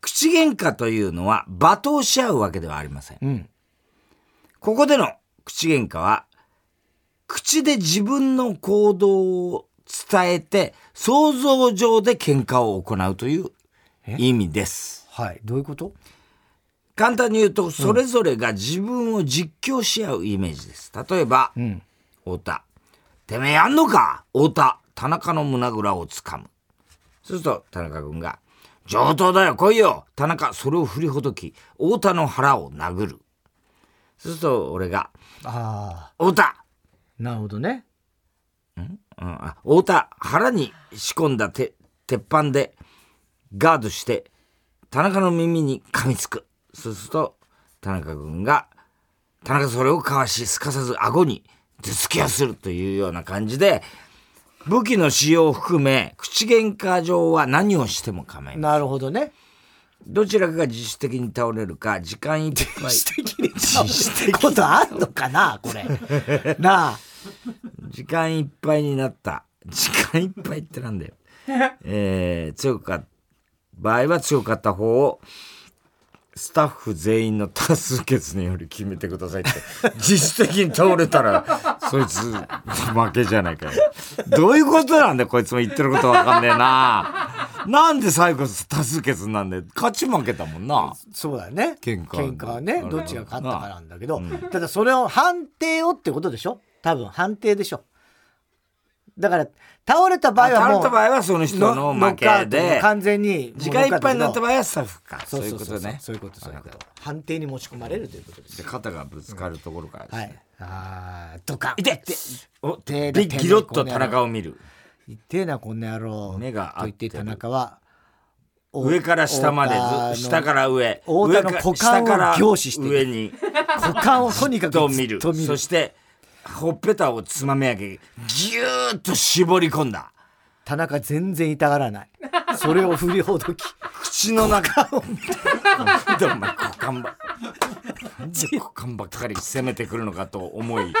Speaker 2: 口喧嘩というのは罵倒し合うわけではありません、
Speaker 1: うん。
Speaker 2: ここでの口喧嘩は口で自分の行動を伝えて想像上で喧嘩を行うという意味です
Speaker 1: はい。どういうこと
Speaker 2: 簡単に言うとそれぞれが自分を実況し合うイメージです例えば、太田てめえやんのか太田田中の胸ぐらをつかむそうすると田中君が「上等だよ来いよ田中それを振りほどき太田の腹を殴る」そうすると俺が
Speaker 1: あ
Speaker 2: 「太田
Speaker 1: あ、なるほどね。
Speaker 2: うん、あ太田腹に仕込んだて鉄板でガードして田中の耳に噛みつくそうすると田中君が田中それをかわしすかさず顎に頭突きをするというような感じで武器の使用を含め口喧嘩上は何をしても構いません
Speaker 1: なるほどね。
Speaker 2: どちらかが自主的に倒れるか時間いっ
Speaker 1: (laughs)
Speaker 2: ぱい
Speaker 1: 的にことあんのかなこれ。 (laughs) なあ。
Speaker 2: 時間いっぱいになった時間いっぱいってなんだよえー、強かった場合は強かった方をスタッフ全員の多数決により決めてくださいって実質的に倒れたらそいつ負けじゃないかよどういうことなんだよこいつも言ってることわかんねえななんで最後多数決なんで勝ち負けたもんな
Speaker 1: そうだね。
Speaker 2: 喧嘩
Speaker 1: はね
Speaker 2: なる、ほど
Speaker 1: どっちが勝ったかなんだけど、ただそれを判定をってことでしょ多分判定でしょ。だから、倒れた場合は
Speaker 2: 倒
Speaker 1: も
Speaker 2: れ
Speaker 1: う、
Speaker 2: た場合はその人の
Speaker 1: ノッ
Speaker 2: 負
Speaker 1: クア
Speaker 2: け
Speaker 1: ウト
Speaker 2: で
Speaker 1: 完全に。
Speaker 2: 時間いっぱいになった
Speaker 1: 場合
Speaker 2: 場合はスタッフか
Speaker 1: そ
Speaker 2: そうい
Speaker 1: う
Speaker 2: う
Speaker 1: そう
Speaker 2: こ
Speaker 1: そう
Speaker 2: と
Speaker 1: そう
Speaker 2: ね
Speaker 1: そういうこと、そういうこと。判定に持ち込まれるということです
Speaker 2: で。肩がぶつかるところからです
Speaker 1: は
Speaker 2: ね、
Speaker 1: い。ああ、ドカン。
Speaker 2: 痛いお
Speaker 1: 手
Speaker 2: で
Speaker 1: だ
Speaker 2: ギロッと田中を見る
Speaker 1: 痛えなこんな野郎
Speaker 2: 目が合っ
Speaker 1: と言ってて
Speaker 2: る
Speaker 1: 田中はお
Speaker 2: 上から下ま
Speaker 1: 太田の
Speaker 2: でず下から上
Speaker 1: 太田の股間を
Speaker 2: 上から下から
Speaker 1: 凝視してる
Speaker 2: 上に
Speaker 1: 股間をとにかくずっ
Speaker 2: と
Speaker 1: と
Speaker 2: 見
Speaker 1: 見 (laughs)
Speaker 2: る
Speaker 1: る
Speaker 2: そしてほっぺたをつまみ上げギューッと絞り込んだ
Speaker 1: 田中全然痛がらないそれを振りほどき
Speaker 2: 口の中を見て (laughs) なんでお前股間ばなんで股間ばっかり攻めてくるのかと思い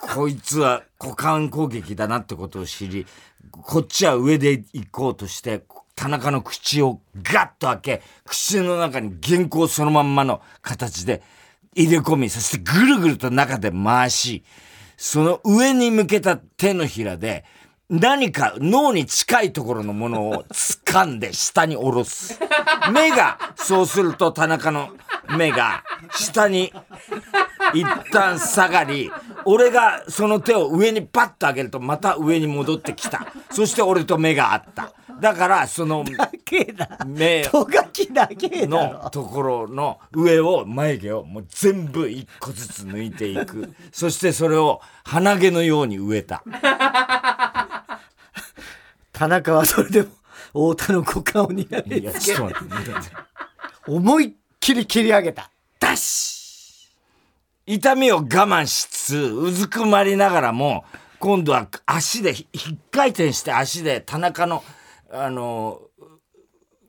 Speaker 2: こいつは股間攻撃だなってことを知りこっちは上で行こうとして田中の口をガッと開け口の中に原稿そのまんまの形で入れ込みそしてぐるぐると中で回しその上に向けた手のひらで何か脳に近いところのものを掴んで (laughs) 下に下ろす。目が、そうすると田中の目が下に一旦下がり、俺がその手を上にパッと上げるとまた上に戻ってきた。そして俺と目があった。だからその
Speaker 1: だけだ
Speaker 2: 目
Speaker 1: とがきだけだ
Speaker 2: の
Speaker 1: ろ
Speaker 2: ところの上を眉毛をもう全部一個ずつ抜いていく。そしてそれを鼻毛のように植えた。
Speaker 1: 田中はそれでも太田の股間をにら
Speaker 2: い
Speaker 1: め
Speaker 2: や、ちょっと待って。
Speaker 1: 思いっきり切り上げた
Speaker 2: ダし痛みを我慢しつつ、うずくまりながらも、今度は足で、ひひっ回転して足で田中の、あの、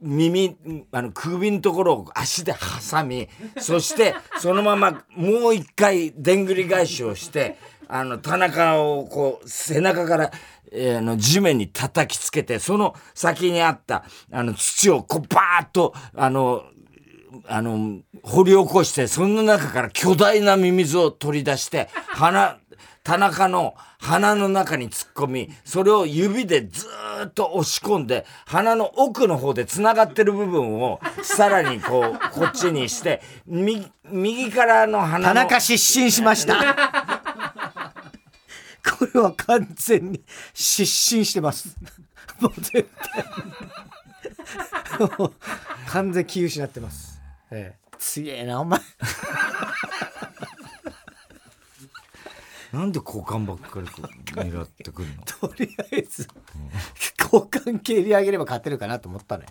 Speaker 2: 耳、あの、首のところを足で挟み、そして、そのままもう一回、でんぐり返しをして、あの、田中をこう、背中から、えーあの、地面に叩きつけて、その先にあった、あの、土をこう、バーッと、あの、あの、掘り起こして、その中から巨大なミミズを取り出
Speaker 1: (laughs)
Speaker 2: して、鼻、田中の鼻の中に突っ込み、それを指でずーっと押し込んで、鼻の奥の方で繋がってる部分を、さらに
Speaker 1: (laughs)
Speaker 2: こう、こっちにして、右、右からの鼻の。
Speaker 1: 田中失神しました。 (laughs) これは完全に失神してます。もう絶対に。もう完全気失ってます。ええ、強えな、お前。
Speaker 2: なんで股間ばっかりこう狙ってくるの
Speaker 1: とりあえず、交換蹴り上げれば勝てるかなと思ったね。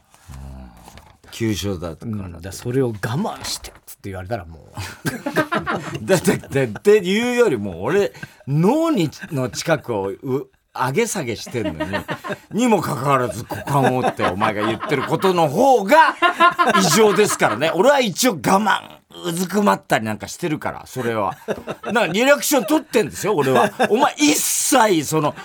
Speaker 2: 急所だとか
Speaker 1: だからそれを我慢してっつって言われたらも
Speaker 2: だって、だって言うよりも、俺、脳にの近くをう上げ下げしてんのに、にもかかわらず股間をってお前が言ってることの方が異常ですからね。俺は一応我慢、うずくまったりなんかしてるから、それは。なんかリアクション取ってんですよ、俺は。お前一切、その、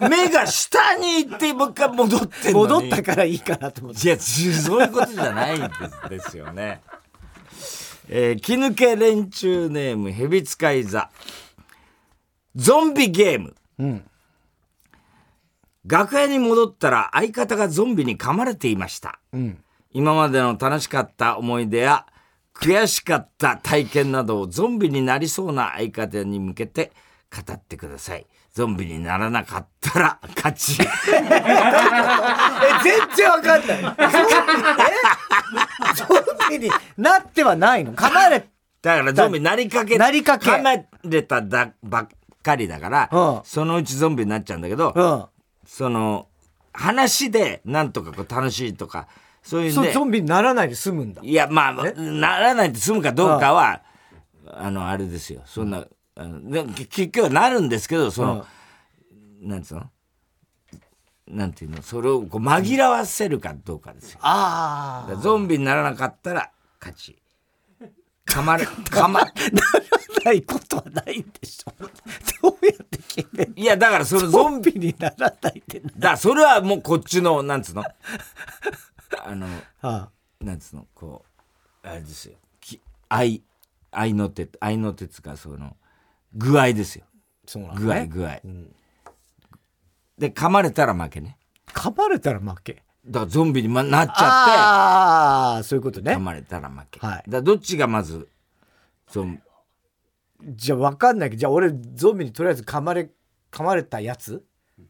Speaker 2: 目が下に行って、もう一回戻って
Speaker 1: う、
Speaker 2: んのに。
Speaker 1: 戻ったからいいかなと思って。
Speaker 2: いや、じそういうことじゃないんですですよね。えー、気抜け連中ネーム、ヘビ使い座。ゾンビゲーム。楽屋に戻ったら相方がゾンビに噛まれていました。今までの楽しかった思い出や悔しかった体験などをゾンビになりそうな相方に向けて語ってください。ゾンビにならなかったら勝ち。
Speaker 1: え、全然わかん (laughs) ない。ゾンビになってはないの噛まれ
Speaker 2: だからゾンビなりかけ、
Speaker 1: なりかけ
Speaker 2: 噛まれただばっかりだから、
Speaker 1: うん
Speaker 2: そのうちゾンビになっちゃうんだけど、
Speaker 1: うん。
Speaker 2: その、話でなんとかこう楽しいとか、そういうん
Speaker 1: そう
Speaker 2: で
Speaker 1: ゾ、ンビにならないで済むんだ。
Speaker 2: いや、まあ、ならないで済むかどうかは、あの、あれですよ。そんな、あのでも結結局はなるんですけど、その、なんつうのなんていうのそれをこう紛らわせるかどうかですよ。
Speaker 1: あ
Speaker 2: だからゾンビにならなかったら勝ち。噛まれ、
Speaker 1: (laughs)
Speaker 2: 噛ま、
Speaker 1: あ。 (laughs) ならないことはないでしょ。どうやって決める
Speaker 2: いや、だからそのゾ
Speaker 1: ゾ
Speaker 2: ンビ
Speaker 1: ンビにならないってな。
Speaker 2: だそれはもうこっちのなんつうのあの
Speaker 1: あ
Speaker 2: なんつうのこうあれですよき愛愛の手愛の手っつうかその具合ですよ
Speaker 1: そうな
Speaker 2: 具合
Speaker 1: ね。
Speaker 2: 具合、で噛まれたら負けね
Speaker 1: 噛まれたら負け。
Speaker 2: だからゾンビにまなっちゃっ
Speaker 1: ああ、そういうこと
Speaker 2: て
Speaker 1: ね
Speaker 2: 噛。まれたら負け、
Speaker 1: はい
Speaker 2: だからどっちがまずゾン
Speaker 1: じゃあ分かんないけど、じゃあ俺ゾンビにとりあえず噛まれ、噛まれたやつ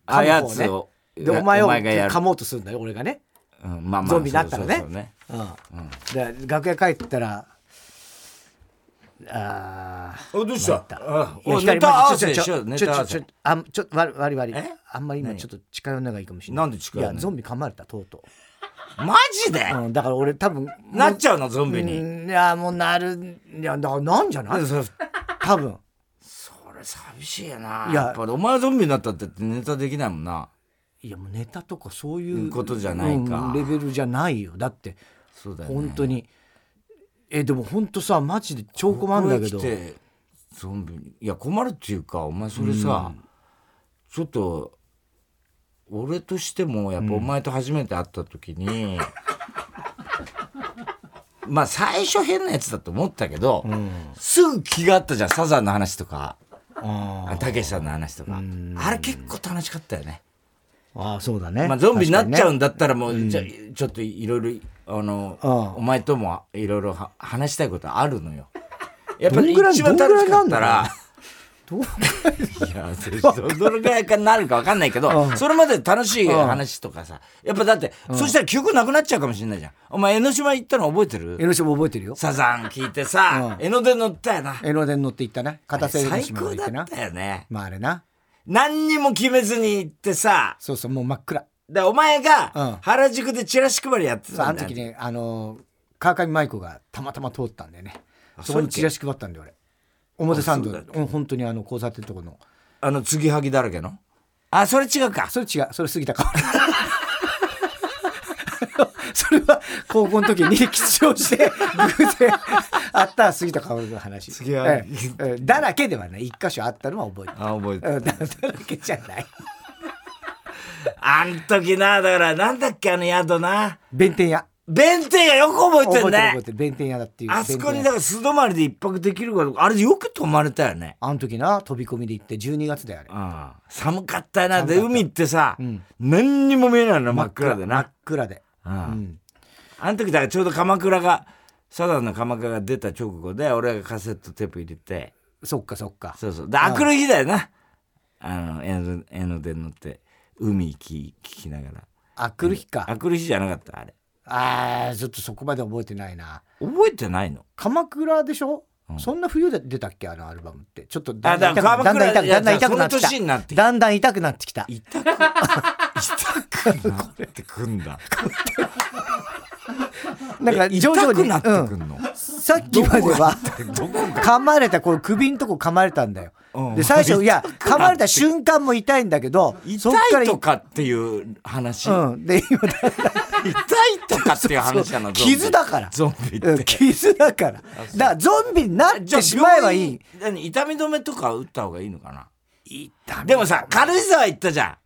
Speaker 2: あ
Speaker 1: 噛
Speaker 2: や
Speaker 1: む方
Speaker 2: つ
Speaker 1: ね
Speaker 2: を
Speaker 1: で、お前を
Speaker 2: がやる
Speaker 1: 噛もうとするんだよ、俺がね。
Speaker 2: うんまあまあ
Speaker 1: ゾンビになったらね
Speaker 2: そうそうそう
Speaker 1: うん。で、楽屋帰ったら、ああ。
Speaker 2: おどうしたあ
Speaker 1: いや
Speaker 2: お
Speaker 1: 光
Speaker 2: ネタ合わ
Speaker 1: ち
Speaker 2: せ
Speaker 1: ょ
Speaker 2: し
Speaker 1: ち
Speaker 2: よ
Speaker 1: ょ
Speaker 2: うネ
Speaker 1: ちょ
Speaker 2: タ合
Speaker 1: ちょ
Speaker 2: わ
Speaker 1: ち
Speaker 2: せ
Speaker 1: ょあんちょわわりわり
Speaker 2: え
Speaker 1: あんまり今ちょっと近寄んない方がいいかもしれな
Speaker 2: な
Speaker 1: い
Speaker 2: んで近寄
Speaker 1: い
Speaker 2: んない
Speaker 1: やゾンビ噛まれたとうと
Speaker 2: マジで、
Speaker 1: う、うん、だから俺多分
Speaker 2: なっちゃうのゾンビに、
Speaker 1: うんいやもうなるいやだからなんじゃない
Speaker 2: それ
Speaker 1: 多分
Speaker 2: これ寂しいよない
Speaker 1: や
Speaker 2: やっぱお前ゾンビになったってネタできないもんない
Speaker 1: やもうネタとかそういう
Speaker 2: ことじゃないか
Speaker 1: うんレベルじゃないよだって
Speaker 2: そうだよね
Speaker 1: 本当に、えでも本当さマジで兆候もあるんだけど
Speaker 2: ここへ来てゾンビにいや困るっていうかお前それさ、ちょっと俺としてもやっぱお前と初めて会った時に、まあ最初変なやつだと思ったけど、すぐ気があったじゃんサザンの話とか
Speaker 1: あ
Speaker 2: たけしさんの話とか、あれ結構楽しかったよね
Speaker 1: ーあーそうだね、
Speaker 2: まあ、ゾンビになっちゃう
Speaker 1: 確
Speaker 2: んだったらもう、じゃあちょっといろいろあの
Speaker 1: うん
Speaker 2: お前ともいろいろは話したいことあるの
Speaker 1: (laughs)
Speaker 2: よやっぱ
Speaker 1: ど
Speaker 2: り
Speaker 1: んぐらい
Speaker 2: 一番楽しか
Speaker 1: ど
Speaker 2: っ
Speaker 1: んぐ
Speaker 2: た
Speaker 1: らいな
Speaker 2: ら
Speaker 1: んだかに
Speaker 2: い
Speaker 1: ね
Speaker 2: やどのぐらいかなるか分かんないけど、それまで楽しい話とかさやっぱだって、そしたら記憶なくなっちゃうかもしれないじゃんお前江ノ島行ったの覚えて
Speaker 1: どう江
Speaker 2: る
Speaker 1: ノ島覚えてるよ
Speaker 2: サザン聞いてさ、江ノ電乗ったよな
Speaker 1: 江ノ電乗って行ったな片瀬江ノ
Speaker 2: 最
Speaker 1: 島ま
Speaker 2: 高だ
Speaker 1: で行ってな
Speaker 2: ったよね
Speaker 1: まああれな
Speaker 2: 何にも決めずに行ってさ
Speaker 1: そうそうもう真っ暗
Speaker 2: でお前
Speaker 1: うん
Speaker 2: が原宿でチラシ配りやって
Speaker 1: そう
Speaker 2: た
Speaker 1: あ
Speaker 2: ん
Speaker 1: の
Speaker 2: だよ
Speaker 1: 時ねあの川上舞子がたまたま通ったんでねそこ
Speaker 2: そうだ
Speaker 1: に
Speaker 2: っけ
Speaker 1: チラシ配ったんで俺表参道
Speaker 2: あそう
Speaker 1: うん本当にあの交差点のとこの
Speaker 2: あの、継ぎはぎだらけのあ、それ違うか。
Speaker 1: それ違うそれ杉田か (laughs) それは高校の時に吉祥寺で偶然会った杉田薫の話
Speaker 2: 杉は
Speaker 1: ええええだらけではない一箇所あったのは覚えてる
Speaker 2: あ、覚えて
Speaker 1: うんだだらけじゃない
Speaker 2: あん時な、だから、なんだっけ、あの宿な。
Speaker 1: 弁天屋
Speaker 2: 弁天屋よく覚えて
Speaker 1: 覚
Speaker 2: る
Speaker 1: えてる覚
Speaker 2: ね
Speaker 1: えてる弁天屋だっていう
Speaker 2: あそこに
Speaker 1: 弁天
Speaker 2: だ
Speaker 1: 屋
Speaker 2: から素泊まりで一泊できるからあれよく泊まれたよね
Speaker 1: あの時な飛び込みで行って12月であれ
Speaker 2: うん寒かったよな
Speaker 1: 寒か
Speaker 2: で
Speaker 1: った
Speaker 2: 海行ってさ、
Speaker 1: うん
Speaker 2: 何にも見えないの真っ暗で
Speaker 1: 真っ
Speaker 2: な、
Speaker 1: 暗で
Speaker 2: うん
Speaker 1: うん
Speaker 2: あの時だからちょうど鎌倉がサザンの鎌倉が出た直後で俺がカセットテープ入れて
Speaker 1: そっかそっか
Speaker 2: そうそうで明くる日だよなあの江ノ江ノ電乗って海行き聞きながら
Speaker 1: あ来る日か
Speaker 2: 明くる日じゃなかったあれ
Speaker 1: あーちょっとそこまで覚えてないな
Speaker 2: 覚えてないの
Speaker 1: 鎌倉でしょ、
Speaker 2: ん
Speaker 1: そんな冬で出たっけあのアルバムってちょっとだ
Speaker 2: あ
Speaker 1: ん
Speaker 2: だ
Speaker 1: だん
Speaker 2: か
Speaker 1: 痛
Speaker 2: ら
Speaker 1: くだんだん痛くだんだん痛くなっ
Speaker 2: そ
Speaker 1: てき
Speaker 2: の
Speaker 1: た
Speaker 2: 年になってきた
Speaker 1: だんだん痛くなってきた
Speaker 2: (laughs) 痛く痛くなってくんだ
Speaker 1: なんか徐々
Speaker 2: 痛
Speaker 1: に
Speaker 2: くなって
Speaker 1: う
Speaker 2: くんの、
Speaker 1: ん、さっきまでは
Speaker 2: どこ
Speaker 1: 噛まれたこう首んとこ噛まれたんだ
Speaker 2: うん
Speaker 1: よ、で最初いや噛まれた瞬間も痛いんだけどそ
Speaker 2: 痛
Speaker 1: っか
Speaker 2: い
Speaker 1: ら
Speaker 2: とかっていう話、
Speaker 1: うんで今だ
Speaker 2: 痛いとかっていう話なのゾンビ
Speaker 1: 傷だから
Speaker 2: ゾンビって、
Speaker 1: うん傷だからだからゾンビになってしまえばいい
Speaker 2: 病院何痛み止めとか打った方がいいのかな
Speaker 1: 痛み
Speaker 2: でもさ軽井沢行ったじゃ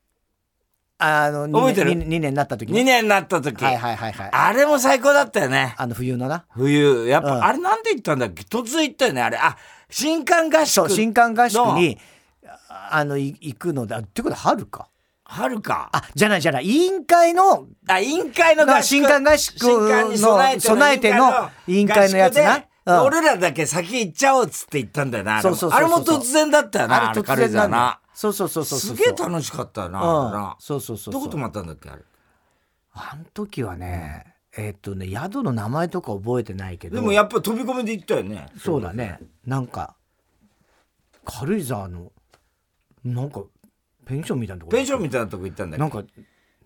Speaker 1: あの
Speaker 2: 覚えてる
Speaker 1: 2, 年になった時
Speaker 2: ん2
Speaker 1: に
Speaker 2: 年になった時、
Speaker 1: はいはいはいはい
Speaker 2: あれも最高だったよね
Speaker 1: あの冬のな
Speaker 2: 冬やっぱ、
Speaker 1: うん
Speaker 2: あれなんで行ったんだっけ突然行ったよねあれあ新刊合
Speaker 1: そ
Speaker 2: 宿
Speaker 1: う新刊合宿にああのい行くのだってことは春か
Speaker 2: 春か
Speaker 1: あじゃないじゃない委員会の
Speaker 2: あ委員会の合宿
Speaker 1: 新刊合宿の
Speaker 2: 新刊に備えての
Speaker 1: 備えての委員会のやつな
Speaker 2: 合宿で
Speaker 1: うん
Speaker 2: 俺らだけ先行っちゃおうっつって行ったんだよなあれも
Speaker 1: そうそうそうそう
Speaker 2: あれも突然だったよな
Speaker 1: あ
Speaker 2: あ
Speaker 1: れ
Speaker 2: れ
Speaker 1: 突
Speaker 2: 軽井
Speaker 1: 然な
Speaker 2: 沢
Speaker 1: んだ
Speaker 2: な
Speaker 1: そうそうそうそうそ
Speaker 2: す
Speaker 1: う
Speaker 2: げえ楽しかったよな,、
Speaker 1: うん
Speaker 2: な
Speaker 1: そうそうそうそう
Speaker 2: どこ泊まったんだっけあれ
Speaker 1: あの時はねえーっとね宿の名前とか覚えてないけど
Speaker 2: でもやっぱ飛び込みで行ったよね
Speaker 1: そうだねなんか軽井沢のなんかペンションみたいなとこ
Speaker 2: ペンションみたいなとこ行ったんだ
Speaker 1: な
Speaker 2: っ
Speaker 1: ん
Speaker 2: け
Speaker 1: か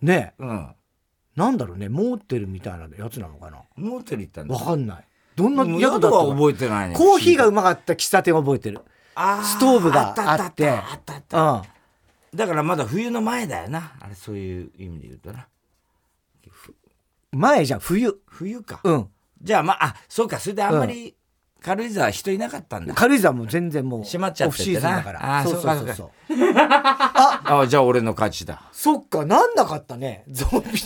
Speaker 1: ね
Speaker 2: うん
Speaker 1: なんだろうねモーテルみたいなやつなのかな
Speaker 2: モーテル行ったんだ
Speaker 1: わかんないどん
Speaker 2: で
Speaker 1: な
Speaker 2: も
Speaker 1: 宿だった
Speaker 2: 宿は
Speaker 1: か
Speaker 2: 覚えてないね
Speaker 1: コーヒーがうまかった喫茶店を覚えてる
Speaker 2: あ
Speaker 1: ストーブが
Speaker 2: ったった
Speaker 1: あって
Speaker 2: あったあった
Speaker 1: うん
Speaker 2: だからまだ冬の前だよなあれそういう意味で言うとな
Speaker 1: 前じゃん冬
Speaker 2: 冬か
Speaker 1: うん
Speaker 2: じゃあまああそうかそれであんまり軽井沢人いなかったんだ、
Speaker 1: 軽井沢も全然もう
Speaker 2: 閉まっちゃ
Speaker 1: オ
Speaker 2: って
Speaker 1: フ
Speaker 2: てな
Speaker 1: シーズンだから
Speaker 2: あー
Speaker 1: そうそうそうそう
Speaker 2: そ
Speaker 1: あ
Speaker 2: あじゃあ俺の勝ちだ
Speaker 1: そっかなんなかったね (laughs) ゾンビでい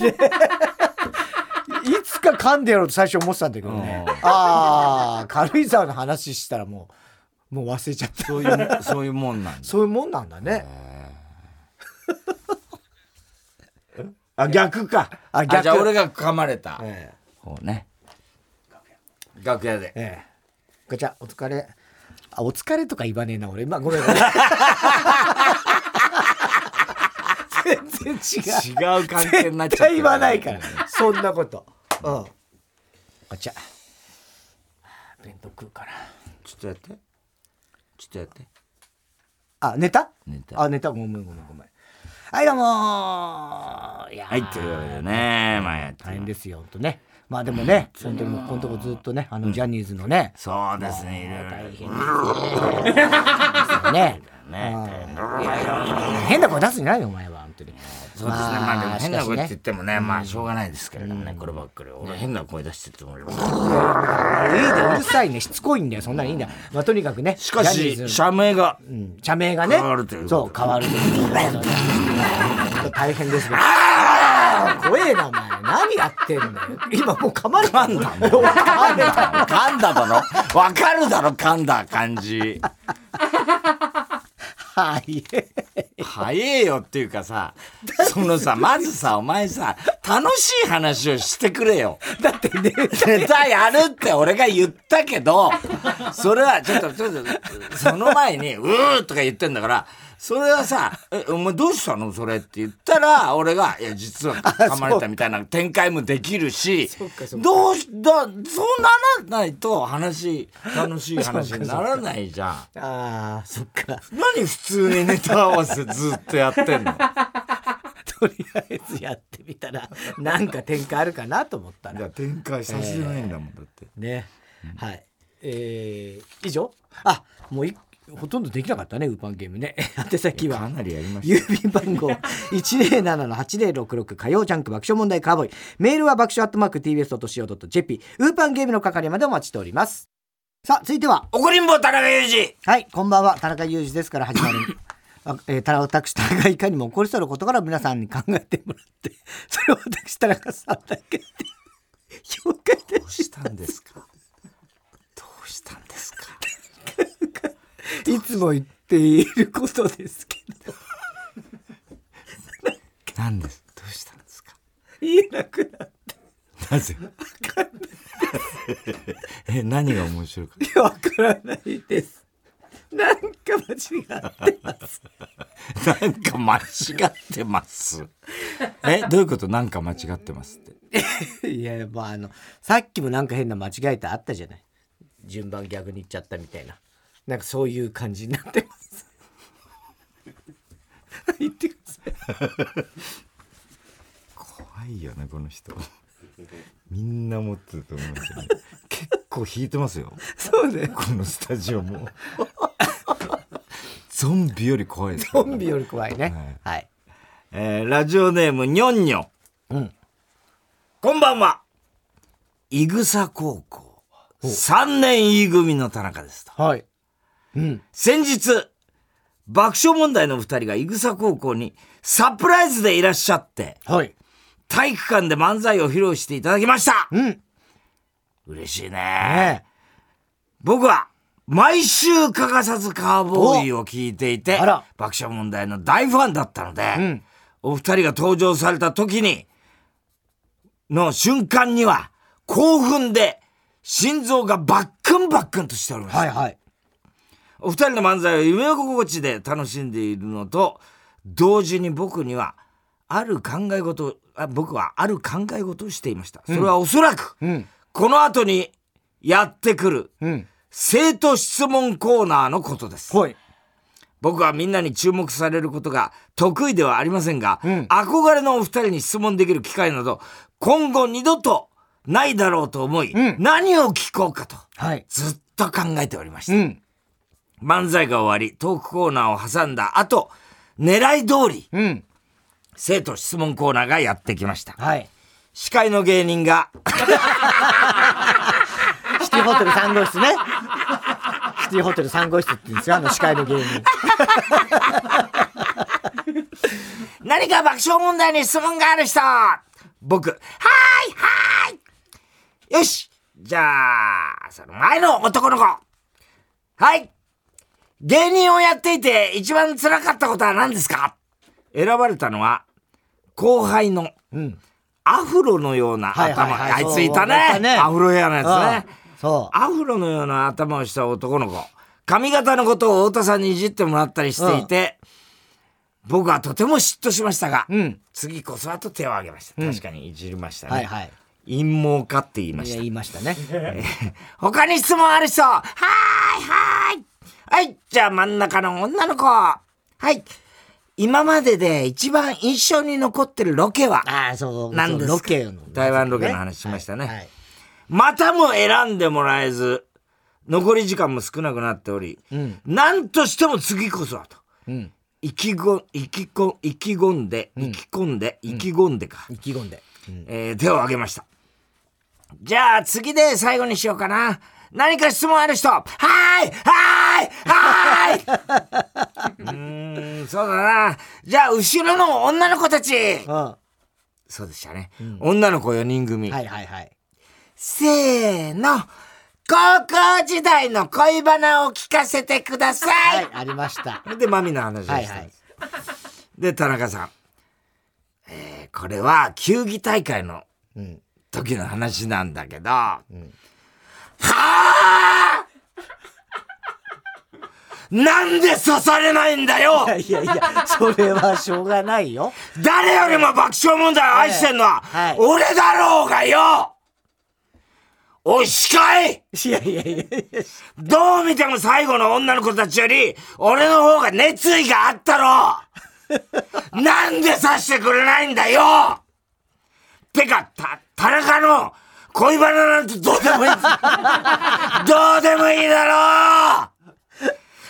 Speaker 1: つか噛んでやろうと最初思ってたんだけどね
Speaker 2: うん
Speaker 1: ああ軽井沢の話したらもうもう忘れちゃった
Speaker 2: そう (laughs) いうそういうもんなんだ
Speaker 1: そういうもんなんだね (laughs)
Speaker 2: あ逆か
Speaker 1: あ逆
Speaker 2: じゃあ俺が噛まれた
Speaker 1: え
Speaker 2: 方ね楽屋で
Speaker 1: えええガチャお疲れあお疲れとか言わねえな俺今ごめ
Speaker 2: (laughs)
Speaker 1: んごめん全然違う
Speaker 2: 違う関係になっ
Speaker 1: 絶
Speaker 2: ちゃった
Speaker 1: 対言わないから (laughs) そんなことうんガチャ弁当食うかな
Speaker 2: ちょっとやってちょっとやって
Speaker 1: あ寝た
Speaker 2: 寝た
Speaker 1: あ寝たごめんごめんごめんはいどうもーいやー
Speaker 2: はいというわけでねまあやって
Speaker 1: 大変ですよほんとねまあでもね本当にもうこのとこずっとねあのジャニーズのね、
Speaker 2: そうですねいろいろ
Speaker 1: 大変ですよねうんいやいや変な声出すんじゃないよお前は本当に
Speaker 2: そうですねまあで
Speaker 1: まあ
Speaker 2: も変な
Speaker 1: しか
Speaker 2: 声
Speaker 1: しね
Speaker 2: って言ってもねまあしょうがないですけれどもねこればっかり俺変な声出してても
Speaker 1: いいでうるさいねしつこいんだよそんなのいいんだよまあとにかくね
Speaker 2: しか
Speaker 1: ジャニーズ
Speaker 2: し
Speaker 1: の
Speaker 2: 社名 (laughs) が
Speaker 1: うん社名がね
Speaker 2: 変わるということ
Speaker 1: そう変わるということでちょっと大変ですけど怖えなお前何やってんだよ今もう噛まれたんだ噛んだ
Speaker 2: 噛んだだろわかるだろ噛んだ感じ
Speaker 1: はい
Speaker 2: 早えよっていうかさそのさまずさお前さ楽しい話をしてくれよ
Speaker 1: だってね
Speaker 2: ネタやるって俺が言ったけどそれはちょっとちょっとその前に「うー」とか言ってんだからそれはさ「えお前どうしたのそれ」って言ったら俺が「いや実は噛まれた」みたいな展開もできるし
Speaker 1: うかそうか
Speaker 2: どうしだそうならないと話楽しい話にならないじゃん。
Speaker 1: あーそっか
Speaker 2: 何普通にネタ合わせずっとやってんの
Speaker 1: とりあえずやってみたらなんか展開あるかなと思ったら
Speaker 2: 展開させてないんだもんだって。
Speaker 1: ねはいえー、以上あもういほとんどできなかったねウーパンゲームね (laughs) 宛先は
Speaker 2: かなりやりました
Speaker 1: 郵便番号107-8066火曜ジャンク爆笑問題カーボーイメールは爆笑アットマーク TBS.CO.JP ウーパンゲームの係までお待ちしておりますさあ続いては
Speaker 2: おこりんぼ田中裕二
Speaker 1: はいこんばんは田中裕二ですから始 (laughs) まるあえー、た私田中いかにも起こりそうなことから皆さんに考えてもらってそれを私田中さんだけって妖怪
Speaker 2: どうしたんですかどうしたんですか
Speaker 1: だいつも言っていることですけど
Speaker 2: 何ですどうしたんですか
Speaker 1: 言えなくなっ
Speaker 2: なぜ (laughs) え何が面白いか
Speaker 1: てわからないですなんか間違ってます
Speaker 2: (laughs) なんか間違ってます。 (laughs) え、どういうことなんか間違ってますって。
Speaker 1: (laughs) いやまああのさっきもなんか変な間違えたあったじゃない順番逆にいっちゃったみたいななんかそういう感じになってます (laughs) 言ってください
Speaker 2: 怖いよね、この人。 (laughs) みんな持ってると思うんです
Speaker 1: (laughs)
Speaker 2: よね。結構引いてますよ。
Speaker 1: そうね
Speaker 2: このスタジオも。 (laughs) ゾンビより怖いです
Speaker 1: コンビより怖いねはい、
Speaker 2: えーラジオネーム、にょんにょん。
Speaker 1: うん
Speaker 2: こんばんは。いぐさ高校。3年 E 組の田中ですと。
Speaker 1: はい、うん
Speaker 2: 先日、爆笑問題の二人がいぐさ高校にサプライズでいらっしゃって、
Speaker 1: はい
Speaker 2: 体育館で漫才を披露していただきました
Speaker 1: うん
Speaker 2: 嬉しいね
Speaker 1: え
Speaker 2: 僕は、毎週欠かさずカーボーイを聞いていて
Speaker 1: おあら、
Speaker 2: 爆笑問題の大ファンだったので、
Speaker 1: ん
Speaker 2: お二人が登場された時に、の瞬間には、興奮で、心臓がバックンバックンとしておりました。
Speaker 1: はいはい
Speaker 2: お二人の漫才を夢心地で楽しんでいるのと同時に僕にはある考え事をあ僕はある考え事をしていました、それはおそらく、
Speaker 1: ん
Speaker 2: この後にやってくる、
Speaker 1: うん
Speaker 2: 生徒質問コーナーのことです
Speaker 1: はい
Speaker 2: 僕はみんなに注目されることが得意ではありませんが、
Speaker 1: ん
Speaker 2: 憧れのお二人に質問できる機会など今後二度とないだろうと思い、
Speaker 1: ん
Speaker 2: 何を聞こうかと
Speaker 1: はい
Speaker 2: ずっと考えておりました
Speaker 1: うん
Speaker 2: 漫才が終わり、トークコーナーを挟んだ後、狙い通り、
Speaker 1: うん
Speaker 2: 生徒質問コーナーがやってきました。
Speaker 1: はい
Speaker 2: 司会の芸人が、
Speaker 1: シティホテル3号室ね (laughs) シティホテル3号室って言うんですよあの司会の芸人
Speaker 2: 何か爆笑問題に質問がある人僕、はーい、はーいよしじゃあ、その前の男の子はい芸人をやっていて一番辛かったことは何ですか選ばれたのは、後輩の
Speaker 1: うん
Speaker 2: アフロのような頭。
Speaker 1: はいはいはい
Speaker 2: あいついたね
Speaker 1: そういたね
Speaker 2: アフロヘアのやつね。
Speaker 1: うんそ
Speaker 2: アフロのような頭をした男の子。髪型のことを太田さんにいじってもらったりしていて、僕はとても嫉妬しましたが、
Speaker 1: ううん
Speaker 2: 次こそはと手を挙げました。確かにいじりましたね。
Speaker 1: はいはい
Speaker 2: 陰謀家って言いま
Speaker 1: い
Speaker 2: し
Speaker 1: や
Speaker 2: た。
Speaker 1: 言いました (laughs) ね
Speaker 2: (laughs) 他に質問ある人はーいはーいはい、じゃあ真ん中の女の子はい今までで一番印象に残ってるロケは
Speaker 1: ああそう
Speaker 2: 何ですか
Speaker 1: そうロケの
Speaker 2: 台湾ロケの話しましたね
Speaker 1: はいはい
Speaker 2: またも選んでもらえず、残り時間も少なくなっており、
Speaker 1: うん
Speaker 2: なんとしても次こそはと。
Speaker 1: うん
Speaker 2: 意気ご、意気こ、意気込んで、意気込んで、意気込んでか。
Speaker 1: 意気込んでうん
Speaker 2: えー手を挙げました。じゃあ次で最後にしようかな。何か質問ある人はーいはーい
Speaker 1: (laughs)
Speaker 2: はーいうーん、そうだな。じゃあ後ろの女の子たち
Speaker 1: あ
Speaker 2: そうでしたね。女の子4人組。
Speaker 1: あはいはいはい
Speaker 2: せーの。高校時代の恋バナを聞かせてくださ。
Speaker 1: はいいありました
Speaker 2: で、マミの話をしたん
Speaker 1: は
Speaker 2: で
Speaker 1: い
Speaker 2: す。
Speaker 1: はい
Speaker 2: で、田中さん。えーこれは球技大会の
Speaker 1: うん
Speaker 2: 時の話なんだけど。はぁなんで刺されないんだよ
Speaker 1: いやいやいやそれはしょうがないよ
Speaker 2: 誰よりも爆笑問題を愛してんのは、
Speaker 1: はいはい
Speaker 2: 俺だろうがよおい、司会
Speaker 1: いやいやいやいや
Speaker 2: どう見ても最後の女の子たちより、俺の方が熱意があったろなんで刺してくれないんだよてか、た、田中の恋バナなんてどうでも
Speaker 1: (laughs)
Speaker 2: いい。どうでもいいだろ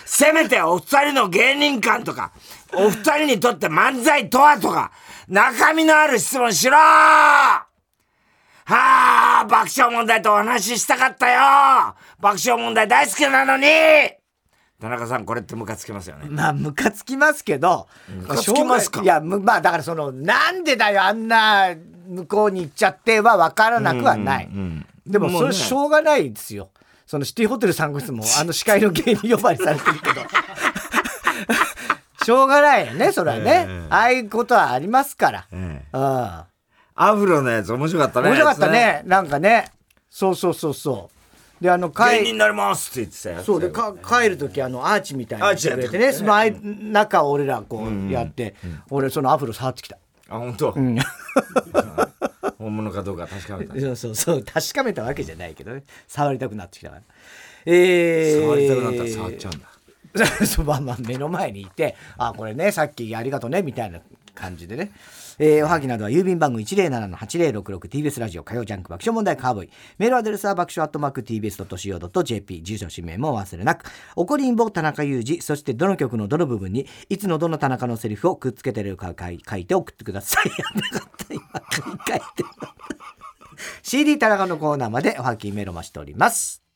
Speaker 2: せめてお二人の芸人感とか、お二人にとって漫才とはとか、中身のある質問しろはあ、爆笑問題とお話ししたかったよ爆笑問題大好きなのに田中さんこれってムカつきますよね
Speaker 1: まあムカつきますけど
Speaker 2: ムカつきますか
Speaker 1: しょうがいやむまあだからそのなんでだよあんな向こうに行っちゃっては分からなくはない、
Speaker 2: うんうんうん
Speaker 1: でもそれ
Speaker 2: うね
Speaker 1: しょうがないですよそのシティホテルさんご
Speaker 2: (laughs)
Speaker 1: 室もあの司会の芸人呼ばわりされてるけどしょうがないよねそれはね、
Speaker 2: ええ
Speaker 1: ああいうことはありますから、
Speaker 2: ええ
Speaker 1: うん
Speaker 2: アフロのやつ面白かったね
Speaker 1: 面白かったねなんかねそうそうそうそうであの
Speaker 2: あいつね芸
Speaker 1: 帰
Speaker 2: 人になりますって言ってたよ
Speaker 1: そうでか帰る時あのアーチみたい
Speaker 2: ア
Speaker 1: な
Speaker 2: ーチやって
Speaker 1: て
Speaker 2: く
Speaker 1: ね
Speaker 2: れてね
Speaker 1: そのあい中を俺らこうやって、俺そのアフロ触ってきた、
Speaker 2: あ本当、 (laughs) 本物かどうか確かめた
Speaker 1: そうそうそう確かめたわけじゃないけどね触りたくなってきたからえー、
Speaker 2: 触りたくなったら触っちゃうんだ、
Speaker 1: (laughs) そうまあまあ目の前にいて「あこれねさっきありがとうね」みたいな感じでね、えーおはぎなどは郵便番号 107-8066TBS ラジオ火曜ジャンク爆笑問題カーボーイメールアドレスは爆笑アットマーク TBS.CO.jp 住所氏名もお忘れなく怒りんぼ田中裕二そしてどの曲のどの部分にいつのどの田中のセリフをくっつけてるか書い書いて送ってくださいやんなかった今書いて CD 田中のコーナーまでおはぎメールを待ちしております